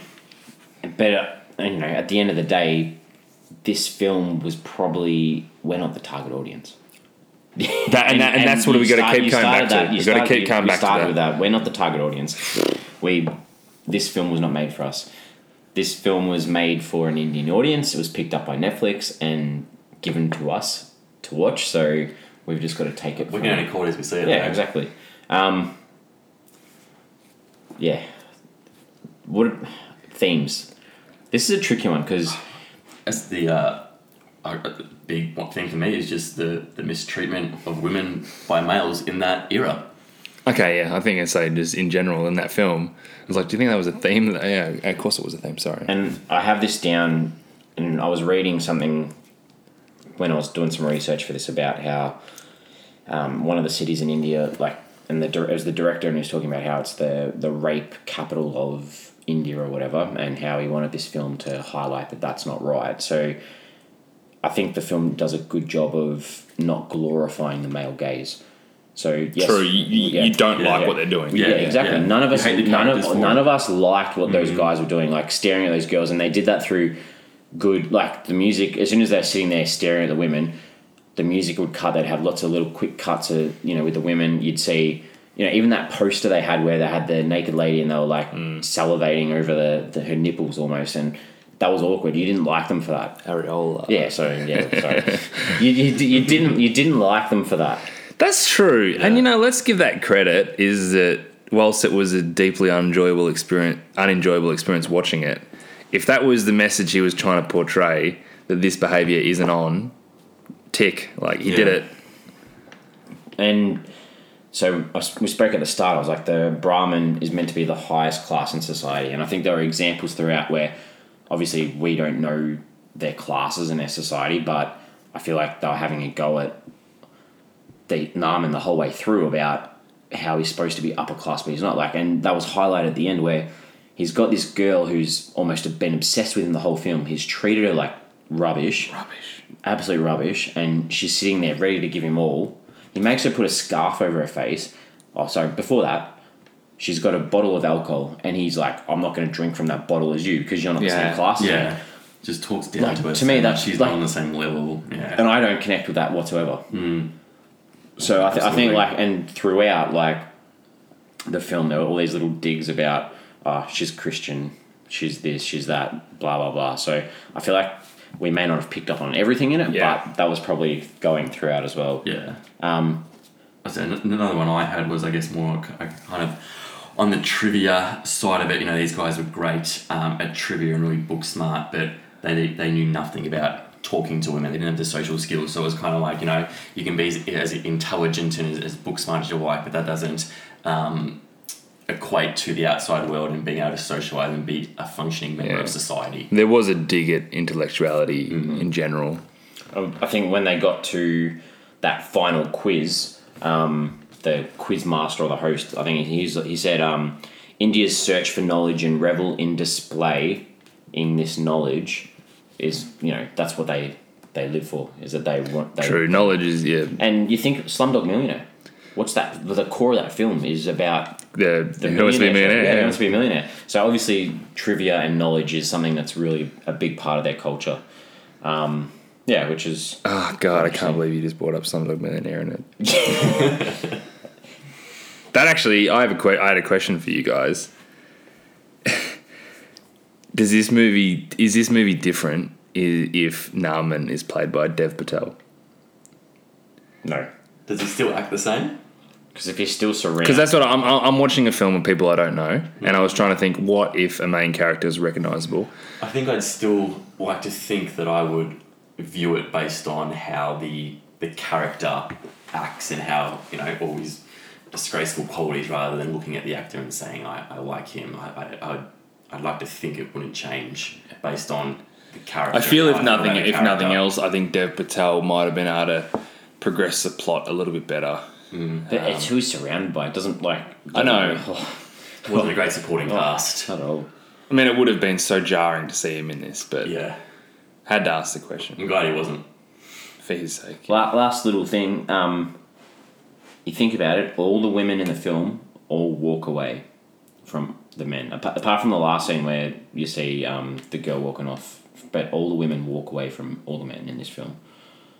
[SPEAKER 1] but uh, you know, at the end of the day, this film was probably we're not the target audience.
[SPEAKER 3] That, and, that, and, that's what
[SPEAKER 1] you
[SPEAKER 3] we got
[SPEAKER 1] start-
[SPEAKER 3] to
[SPEAKER 1] you
[SPEAKER 3] keep coming
[SPEAKER 1] started
[SPEAKER 3] back
[SPEAKER 1] that-
[SPEAKER 3] to.
[SPEAKER 1] you
[SPEAKER 3] We've got to
[SPEAKER 1] started-
[SPEAKER 3] keep coming
[SPEAKER 1] you
[SPEAKER 3] back to
[SPEAKER 1] started
[SPEAKER 3] that.
[SPEAKER 1] with We're not the target audience. We, this film was not made for us. This film was made for an Indian audience. It was picked up by Netflix and given to us to watch. So we've just got to take it.
[SPEAKER 2] We
[SPEAKER 1] from-
[SPEAKER 2] can only call it as we see it.
[SPEAKER 1] yeah,
[SPEAKER 2] though.
[SPEAKER 1] exactly. Um, yeah. What themes? This is a tricky one because
[SPEAKER 2] That's the uh, uh, the big one thing for me is just the, the mistreatment of women by males in that era.
[SPEAKER 3] Okay, yeah, I think I'd say just in general in that film. I was like, do you think that was a theme? Yeah, of course it was a theme. Sorry.
[SPEAKER 1] and I have this down, and I was reading something when I was doing some research for this about how um, one of the cities in India, like and the dir- it was the director, and he was talking about how it's the the rape capital of India or whatever, and how he wanted this film to highlight that that's not right. So I think the film does a good job of not glorifying the male gaze. So yes,
[SPEAKER 3] True, you, you-
[SPEAKER 1] yeah.
[SPEAKER 3] you don't
[SPEAKER 2] Yeah,
[SPEAKER 3] like
[SPEAKER 2] yeah.
[SPEAKER 3] what they're doing.
[SPEAKER 1] Yeah,
[SPEAKER 2] Yeah,
[SPEAKER 1] exactly.
[SPEAKER 2] yeah.
[SPEAKER 1] None of
[SPEAKER 2] You
[SPEAKER 1] us,
[SPEAKER 2] hate the
[SPEAKER 1] none
[SPEAKER 2] characters
[SPEAKER 1] of
[SPEAKER 2] for
[SPEAKER 1] none
[SPEAKER 2] it.
[SPEAKER 1] of
[SPEAKER 2] Mm-hmm.
[SPEAKER 1] us liked what those guys were doing, like staring at those girls, and they did that through good, like the music. As soon as they're sitting there staring at the women, the music would cut. They'd have lots of little quick cuts of you know with the women. You'd see, you know, even that poster they had where they had the naked lady and they were like
[SPEAKER 2] Mm.
[SPEAKER 1] salivating over the, the her nipples almost, and that was awkward. You didn't like them for that.
[SPEAKER 3] Areola.
[SPEAKER 1] Yeah, so yeah, sorry. you, you, you didn't you didn't like them for that.
[SPEAKER 3] That's true. And you know, let's give that credit is that whilst it was a deeply unenjoyable experience, unenjoyable experience watching it, if that was the message he was trying to portray that this behavior isn't on, tick, like he did
[SPEAKER 2] Yeah.
[SPEAKER 3] it.
[SPEAKER 1] And so I s- we spoke at the start. I was like, the Brahmin is meant to be the highest class in society, and I think there are examples throughout where, obviously, we don't know their classes in their society, but I feel like they were having a go at the Naman the whole way through about how he's supposed to be upper class, but he's not. Like, and that was highlighted at the end where he's got this girl who's almost been obsessed with him the whole film. He's treated her like rubbish
[SPEAKER 2] Rubbish.
[SPEAKER 1] absolute rubbish, and she's sitting there ready to give him all. He makes her put a scarf over her face. Oh, sorry, before that, she's got a bottle of alcohol, and he's like, I'm not going to drink from that bottle as you because you're not the same
[SPEAKER 3] Yeah,
[SPEAKER 1] class as me."
[SPEAKER 2] Yeah. Just talks down
[SPEAKER 1] Like,
[SPEAKER 2] to her.
[SPEAKER 1] to me,
[SPEAKER 2] saying
[SPEAKER 1] that's
[SPEAKER 2] she's
[SPEAKER 1] like-
[SPEAKER 2] not on the same level. Yeah.
[SPEAKER 1] And I don't connect with that whatsoever. So I, th- I think,
[SPEAKER 2] Absolutely.
[SPEAKER 1] like, and throughout, like, the film, there were all these little digs about, oh, she's Christian, she's this, she's that, blah, blah, blah. So I feel like we may not have picked up on everything in it,
[SPEAKER 3] Yeah.
[SPEAKER 1] but that was probably going throughout as well.
[SPEAKER 2] Yeah. Um, another one I had was, I guess, more k- kind of on the trivia side of it. You know, these guys were great um, at trivia and really book smart, but they they knew nothing about talking to women. They didn't have the social skills, so it was kind of like you know you can be as, as intelligent and as, as book smart as you like, but that doesn't. Um, equate to the outside world and being able to socialize and be a functioning member
[SPEAKER 3] Yeah.
[SPEAKER 2] of society.
[SPEAKER 3] There was a dig at intellectuality in general.
[SPEAKER 1] Um, I think when they got to that final quiz, um, the quiz master or the host, I think he's, he said, um, India's search for knowledge and revel in display in this knowledge is, you know, that's what they they live for, is that they want. They,
[SPEAKER 3] True, knowledge is yeah,
[SPEAKER 1] And you think Slumdog Millionaire, what's that? The core of that film is about
[SPEAKER 3] the,
[SPEAKER 1] the
[SPEAKER 3] who wants to be a millionaire?
[SPEAKER 1] Yeah, who
[SPEAKER 3] yeah.
[SPEAKER 1] wants to be a millionaire? So obviously, trivia and knowledge is something that's really a big part of their culture. Um, yeah, which is
[SPEAKER 3] Oh god, I can't believe you just brought up Slumdog Millionaire in it. that actually, I have a que- I had a question for you guys. Does this movie is this movie different i- if Naaman is played by Dev Patel?
[SPEAKER 1] no.
[SPEAKER 2] Does he still act the same?
[SPEAKER 1] Because if you're still surrounded,
[SPEAKER 3] Because that's what I'm. I'm I'm watching a film of people I don't know, and I was trying to think, what if a main character is recognizable?
[SPEAKER 2] I think I'd still like to think that I would view it based on how the the character acts and how you know all his disgraceful qualities, rather than looking at the actor and saying I, I like him. I, I I'd, I'd like to think it wouldn't change based on the character.
[SPEAKER 3] I feel
[SPEAKER 2] and
[SPEAKER 3] if
[SPEAKER 2] how I
[SPEAKER 3] nothing,
[SPEAKER 2] about the
[SPEAKER 3] if nothing
[SPEAKER 2] character.
[SPEAKER 3] else, I think Dev Patel might have been able to progress the plot a little bit better.
[SPEAKER 1] but it's who he's surrounded by. It doesn't like.
[SPEAKER 3] I know.
[SPEAKER 2] wasn't a great supporting
[SPEAKER 3] Oh.
[SPEAKER 2] cast.
[SPEAKER 1] Not at all.
[SPEAKER 3] I mean, it would have been so jarring to see him in this, but
[SPEAKER 2] Yeah,
[SPEAKER 3] had to ask the question
[SPEAKER 2] I'm glad he wasn't.
[SPEAKER 3] for his sake.
[SPEAKER 1] La- last little thing. Um, you think about it. All the women in the film all walk away from the men, apart, apart from the last scene where you see um, the girl walking off. But all the women walk away from all the men in this film.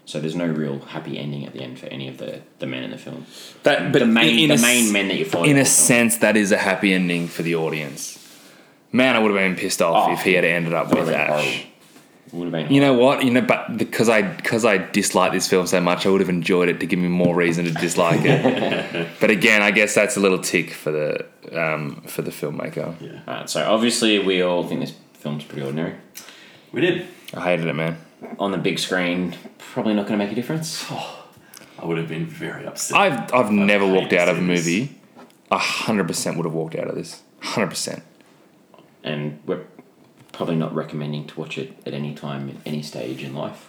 [SPEAKER 1] So there's no real happy ending at the end for any of the, the men in the film.
[SPEAKER 3] That, but
[SPEAKER 1] The main,
[SPEAKER 3] in
[SPEAKER 1] the
[SPEAKER 3] a,
[SPEAKER 1] main
[SPEAKER 3] s-
[SPEAKER 1] men that you follow.
[SPEAKER 3] in
[SPEAKER 1] in
[SPEAKER 3] a
[SPEAKER 1] the film.
[SPEAKER 3] sense, that is a happy ending for the audience. Man, I would have been pissed off
[SPEAKER 1] Oh,
[SPEAKER 3] if he had ended up with
[SPEAKER 1] would've been
[SPEAKER 3] Ash.
[SPEAKER 1] horrible. would have been
[SPEAKER 3] You know what? You know, but because I because I dislike this film so much, I would have enjoyed it to give me more reason to dislike it. but again, I guess that's a little tick for the um, for the filmmaker.
[SPEAKER 1] Alright, so obviously we all think this film's pretty ordinary.
[SPEAKER 2] We did.
[SPEAKER 3] I hated it, man.
[SPEAKER 1] On the big screen, probably not going to make a difference.
[SPEAKER 2] I would have been very upset.
[SPEAKER 3] I've I've never
[SPEAKER 2] hate
[SPEAKER 3] walked
[SPEAKER 2] to
[SPEAKER 3] out of
[SPEAKER 2] see
[SPEAKER 3] a
[SPEAKER 2] this.
[SPEAKER 3] movie. A hundred percent would have walked out of this. Hundred percent.
[SPEAKER 1] And we're probably not recommending to watch it at any time, at any stage in life,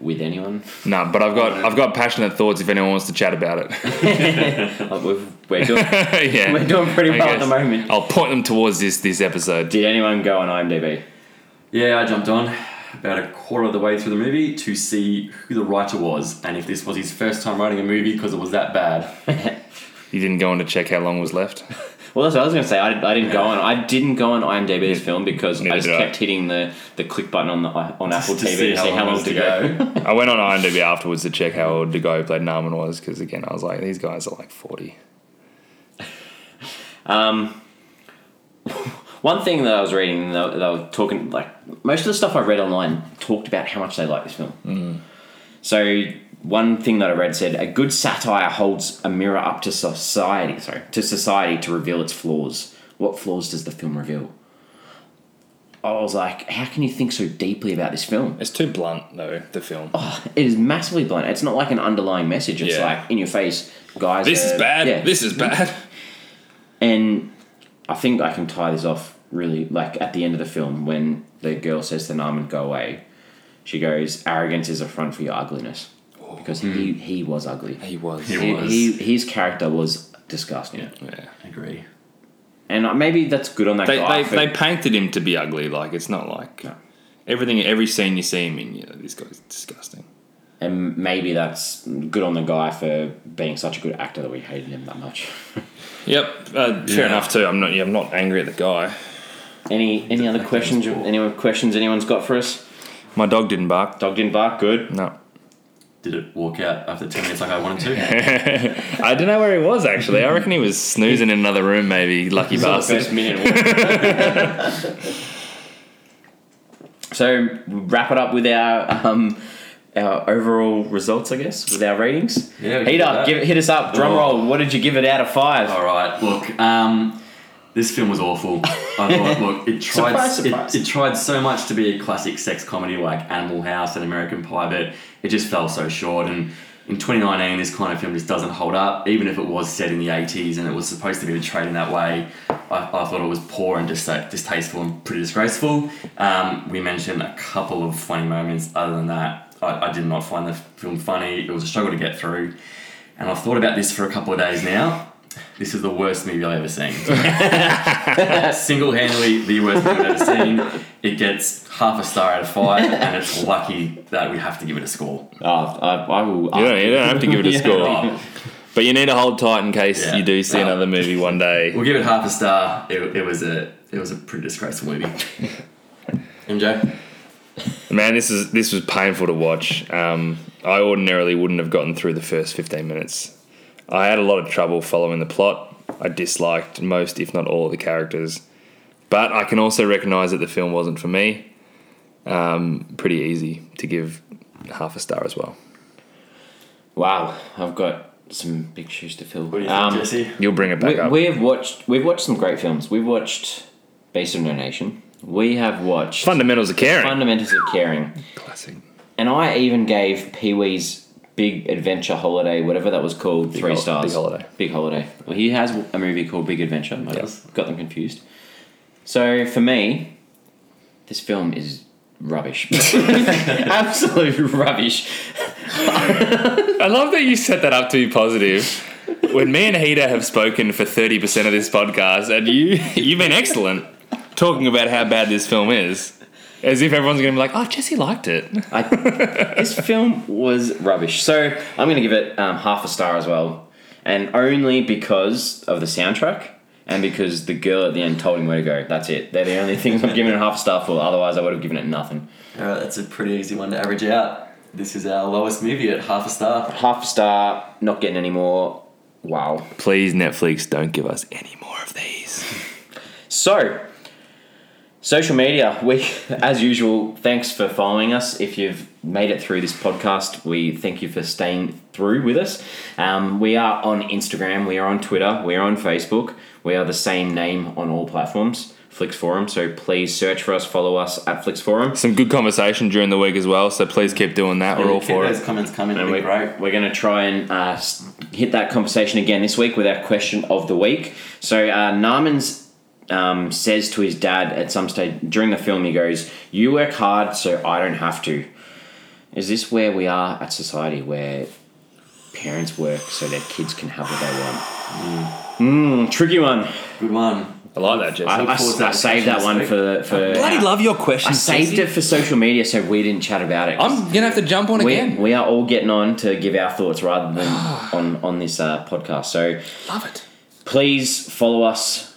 [SPEAKER 1] with anyone.
[SPEAKER 3] No, but I've got I've got passionate thoughts if anyone wants to chat about it.
[SPEAKER 1] Like, we've we're doing
[SPEAKER 3] yeah,
[SPEAKER 1] we're doing pretty
[SPEAKER 3] I
[SPEAKER 1] well at
[SPEAKER 3] guess.
[SPEAKER 1] the moment.
[SPEAKER 3] I'll point them towards this this episode.
[SPEAKER 1] Did anyone go on IMDb?
[SPEAKER 2] Yeah, I jumped on about a quarter of the way through the movie to see who the writer was and if this was his first time writing a movie because it was that bad.
[SPEAKER 3] You didn't go on to check how long was left.
[SPEAKER 1] Well, that's what I was going to say. I, did, I didn't go on. I didn't go on IMDb's film because
[SPEAKER 3] Neither
[SPEAKER 1] I just
[SPEAKER 3] did I.
[SPEAKER 1] kept hitting the, the click button on the on Apple
[SPEAKER 2] To
[SPEAKER 1] TV to see how long
[SPEAKER 2] was
[SPEAKER 1] to go.
[SPEAKER 3] I went on IMDb afterwards to check how old the guy who played Narman was because again I was like these guys are like forty.
[SPEAKER 1] One thing that I was reading, they were, they were talking like most of the stuff I read online talked about how much they like this film.
[SPEAKER 3] Mm.
[SPEAKER 1] So one thing that I read said a good satire holds a mirror up to society, sorry, to society to reveal its flaws. What flaws does the film reveal? I was like, how can you think so deeply about this film?
[SPEAKER 3] It's too blunt though the film.
[SPEAKER 1] Oh, it is massively blunt. It's not like an underlying message. It's
[SPEAKER 3] Yeah.
[SPEAKER 1] like in your face, guys.
[SPEAKER 3] this
[SPEAKER 1] uh,
[SPEAKER 3] is bad.
[SPEAKER 1] yeah.
[SPEAKER 3] This is bad.
[SPEAKER 1] And I think I can tie this off really, like at the end of the film when the girl says to Narman, go away, she goes, arrogance is a front for your ugliness. Because he, he was ugly.
[SPEAKER 3] He was.
[SPEAKER 2] Mm. He
[SPEAKER 1] He,
[SPEAKER 2] was.
[SPEAKER 1] he- his character was disgusting.
[SPEAKER 3] Yeah.
[SPEAKER 2] I agree.
[SPEAKER 1] And uh, maybe that's good on that
[SPEAKER 3] They,
[SPEAKER 1] guy.
[SPEAKER 3] they,
[SPEAKER 1] for-
[SPEAKER 3] they painted him to be ugly. Like it's not like
[SPEAKER 1] No.
[SPEAKER 3] everything. Every scene you see him in, you know, this guy's disgusting.
[SPEAKER 1] and maybe that's good on the guy for being such a good actor that we hated him that much.
[SPEAKER 3] Yep. Uh,
[SPEAKER 2] Yeah.
[SPEAKER 3] fair enough too. I'm not. Yeah, I'm not angry at the guy.
[SPEAKER 1] Any any other questions?
[SPEAKER 2] cool.
[SPEAKER 1] Anyone questions anyone's got for us?
[SPEAKER 3] My dog didn't bark.
[SPEAKER 1] Dog didn't bark. Good.
[SPEAKER 3] No.
[SPEAKER 2] Did it walk out after 10 minutes like I wanted to?
[SPEAKER 3] I don't know where he was actually. I reckon he was snoozing in another room. Maybe lucky
[SPEAKER 1] Saw the
[SPEAKER 3] bastard.
[SPEAKER 1] first minute. so wrap it up with our um, our overall results, I guess, with our ratings.
[SPEAKER 2] Yeah, we can
[SPEAKER 1] Heat
[SPEAKER 2] do
[SPEAKER 1] up,
[SPEAKER 2] that.
[SPEAKER 1] give, it- hit us up. Drum
[SPEAKER 2] Oh.
[SPEAKER 1] roll. What did you give it out of five?
[SPEAKER 2] All right, look, um, this film was awful. I thought, look, it tried,
[SPEAKER 1] Surprise, surprise.
[SPEAKER 2] It, it tried so much to be a classic sex comedy like Animal House and American Pie, but it just fell so short. And in 2019, this kind of film just doesn't hold up, even if it was set in the 80s and it was supposed to be portrayed in that way. I, I thought it was poor and dista- distasteful and pretty disgraceful. Um, we mentioned a couple of funny moments. Other than that, I, I did not find the film funny. It was a struggle to get through. And I've thought about this for a couple of days now. This is the worst movie I've ever seen. Single handedly, the worst movie I've ever seen. It gets half a star out of five, and it's lucky that we have to give it a score.
[SPEAKER 1] Oh, I, I will.
[SPEAKER 3] You don't, you don't have to give it a
[SPEAKER 1] Yeah.
[SPEAKER 3] score, but you need to hold tight in case
[SPEAKER 2] Yeah.
[SPEAKER 3] you do see
[SPEAKER 2] No.
[SPEAKER 3] another movie one day.
[SPEAKER 2] We'll give it half a star. It, it was a it was a pretty disgraceful movie. MJ,
[SPEAKER 3] Man, this is this was painful to watch. Um, I ordinarily wouldn't have gotten through the first fifteen minutes. I had a lot of trouble following the plot. I disliked most, if not all, of the characters, but I can also recognise that the film wasn't for me. Um, pretty easy to give half a star as well.
[SPEAKER 1] Wow, I've got some big shoes to fill.
[SPEAKER 2] what do you think,
[SPEAKER 1] Um,
[SPEAKER 2] Jesse?
[SPEAKER 3] You'll bring it back
[SPEAKER 1] we,
[SPEAKER 3] up.
[SPEAKER 1] we have watched. We've watched some great films. We've watched Based on No Nation. We have watched
[SPEAKER 3] Fundamentals of caring.
[SPEAKER 1] Fundamentals of Caring.
[SPEAKER 3] Classic.
[SPEAKER 1] And I even gave Pee Wee's Big Adventure Holiday, whatever that was called, three
[SPEAKER 3] Hol-
[SPEAKER 1] stars.
[SPEAKER 3] Big Holiday.
[SPEAKER 1] Big Holiday. Well, he has a movie called Big Adventure. I got them confused. So for me, this film is rubbish. Absolute rubbish.
[SPEAKER 3] I love that you set that up to be positive. When me and Hida have spoken for thirty percent of this podcast, and you you've been excellent talking about how bad this film is, as if everyone's going to be like, "Oh, Jesse liked it."
[SPEAKER 1] I, this film was rubbish. So I'm going to give it um, half a star as well. And only because of the soundtrack and because the girl at the end told him where to go. That's it. They're the only things I'm giving it half a star for. Otherwise, I would have given it nothing.
[SPEAKER 2] All right, that's a pretty easy one to average out. This is our lowest movie at half a star.
[SPEAKER 1] half a star, not getting any more. Wow.
[SPEAKER 3] Please, Netflix, don't give us any more of these.
[SPEAKER 1] So, social media, we, as usual, thanks for following us. If you've made it through this podcast, we thank you for staying through with us. Um, we are on Instagram, we are on Twitter, we are on Facebook. We are the same name on all platforms, Flix Forum. So please search for us, follow us at Flix Forum.
[SPEAKER 3] Some good conversation during the week as well, so please keep doing that. We're all
[SPEAKER 2] Keep
[SPEAKER 3] for
[SPEAKER 2] those
[SPEAKER 3] it.
[SPEAKER 2] comments coming.
[SPEAKER 1] And
[SPEAKER 2] It'd be
[SPEAKER 1] we're,
[SPEAKER 2] great.
[SPEAKER 1] we're going to try and uh, s- hit that conversation again this week with our question of the week. So uh, Narman's um, says to his dad at some stage during the film, he goes, "You work hard, so I don't have to." Is this where we are at society, where parents work so their kids can have what they want? Mm, tricky one.
[SPEAKER 2] Good one.
[SPEAKER 3] I like that, Jesse.
[SPEAKER 1] I, I,
[SPEAKER 2] forward to
[SPEAKER 1] I
[SPEAKER 2] that
[SPEAKER 1] saved that
[SPEAKER 2] discussion
[SPEAKER 1] one
[SPEAKER 2] this
[SPEAKER 1] for for.
[SPEAKER 4] Bloody love your questions.
[SPEAKER 1] I saved
[SPEAKER 4] Stacey.
[SPEAKER 1] it for social media, so we didn't chat about it. 'cause
[SPEAKER 3] I'm going to have to jump on
[SPEAKER 1] we,
[SPEAKER 3] again.
[SPEAKER 1] we are all getting on to give our thoughts rather than on on this uh, podcast. So
[SPEAKER 3] Love it.
[SPEAKER 1] please follow us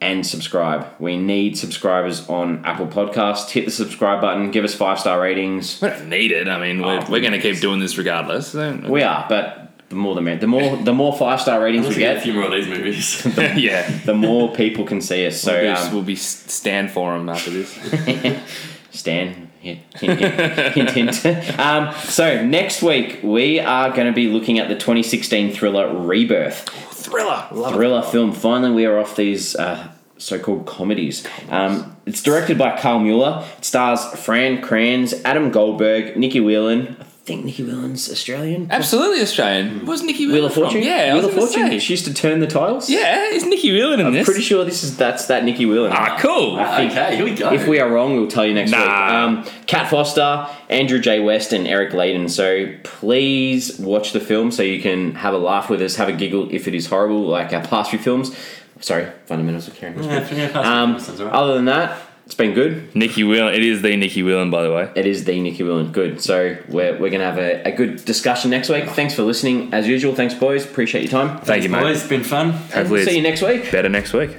[SPEAKER 1] and subscribe. We need subscribers on Apple Podcasts. Hit the subscribe button. Give us five star ratings.
[SPEAKER 3] We don't need it. I mean, we're,
[SPEAKER 1] Oh,
[SPEAKER 3] we're going to keep doing this regardless. So-
[SPEAKER 1] We are, but the more the mer- the more the more five star ratings we
[SPEAKER 2] Let's get a
[SPEAKER 1] get,
[SPEAKER 2] few more of these movies.
[SPEAKER 3] yeah.
[SPEAKER 1] the more people can see us. So
[SPEAKER 3] We'll be-
[SPEAKER 1] um,
[SPEAKER 3] we'll be stand for him after this.
[SPEAKER 1] Stan. Hint, hint, hint, hint, hint. Um, so next week we are going to be looking at the 2016 thriller Rebirth.
[SPEAKER 3] Thriller. Love it.
[SPEAKER 1] Thriller film. Finally, we are off these uh, so-called comedies. Um, it's directed by Carl Mueller. It stars Fran Kranz, Adam Goldberg, Nikki Whelan. I think Nikki Whelan's Australian.
[SPEAKER 3] Absolutely Australian. Was Nikki
[SPEAKER 1] Hmm. Wheel
[SPEAKER 3] Wheeler
[SPEAKER 1] of Fortune.
[SPEAKER 3] From? Yeah,
[SPEAKER 1] Wheel
[SPEAKER 3] I
[SPEAKER 1] of
[SPEAKER 3] was
[SPEAKER 1] Fortune.
[SPEAKER 3] Fortune.
[SPEAKER 1] She used to turn the tiles.
[SPEAKER 3] Yeah, is Nikki Wheeler in this?
[SPEAKER 1] Pretty sure this is that's that Nikki Whelan.
[SPEAKER 3] Ah, cool.
[SPEAKER 2] okay, here we go.
[SPEAKER 1] If we are wrong, we'll tell you next week.
[SPEAKER 3] Nah.
[SPEAKER 1] Um, Kat Foster, Andrew J. West, and Eric Layden. So please watch the film so you can have a laugh with us, have a giggle if it is horrible, like our past few films. Sorry, fundamentals of caring.
[SPEAKER 2] um,
[SPEAKER 1] Other than that, it's been good.
[SPEAKER 3] Nikki Wheeler. It is the Nikki Wheeler, by the way.
[SPEAKER 1] It is the Nikki Willen. Good. So we're, we're going to have a, a good discussion next week. Thanks for listening. As usual, thanks, boys. Appreciate your time.
[SPEAKER 3] Thank you, mate.
[SPEAKER 2] Boys, it's been fun.
[SPEAKER 3] Hopefully,
[SPEAKER 1] See you next
[SPEAKER 3] it's
[SPEAKER 1] week.
[SPEAKER 3] better next week.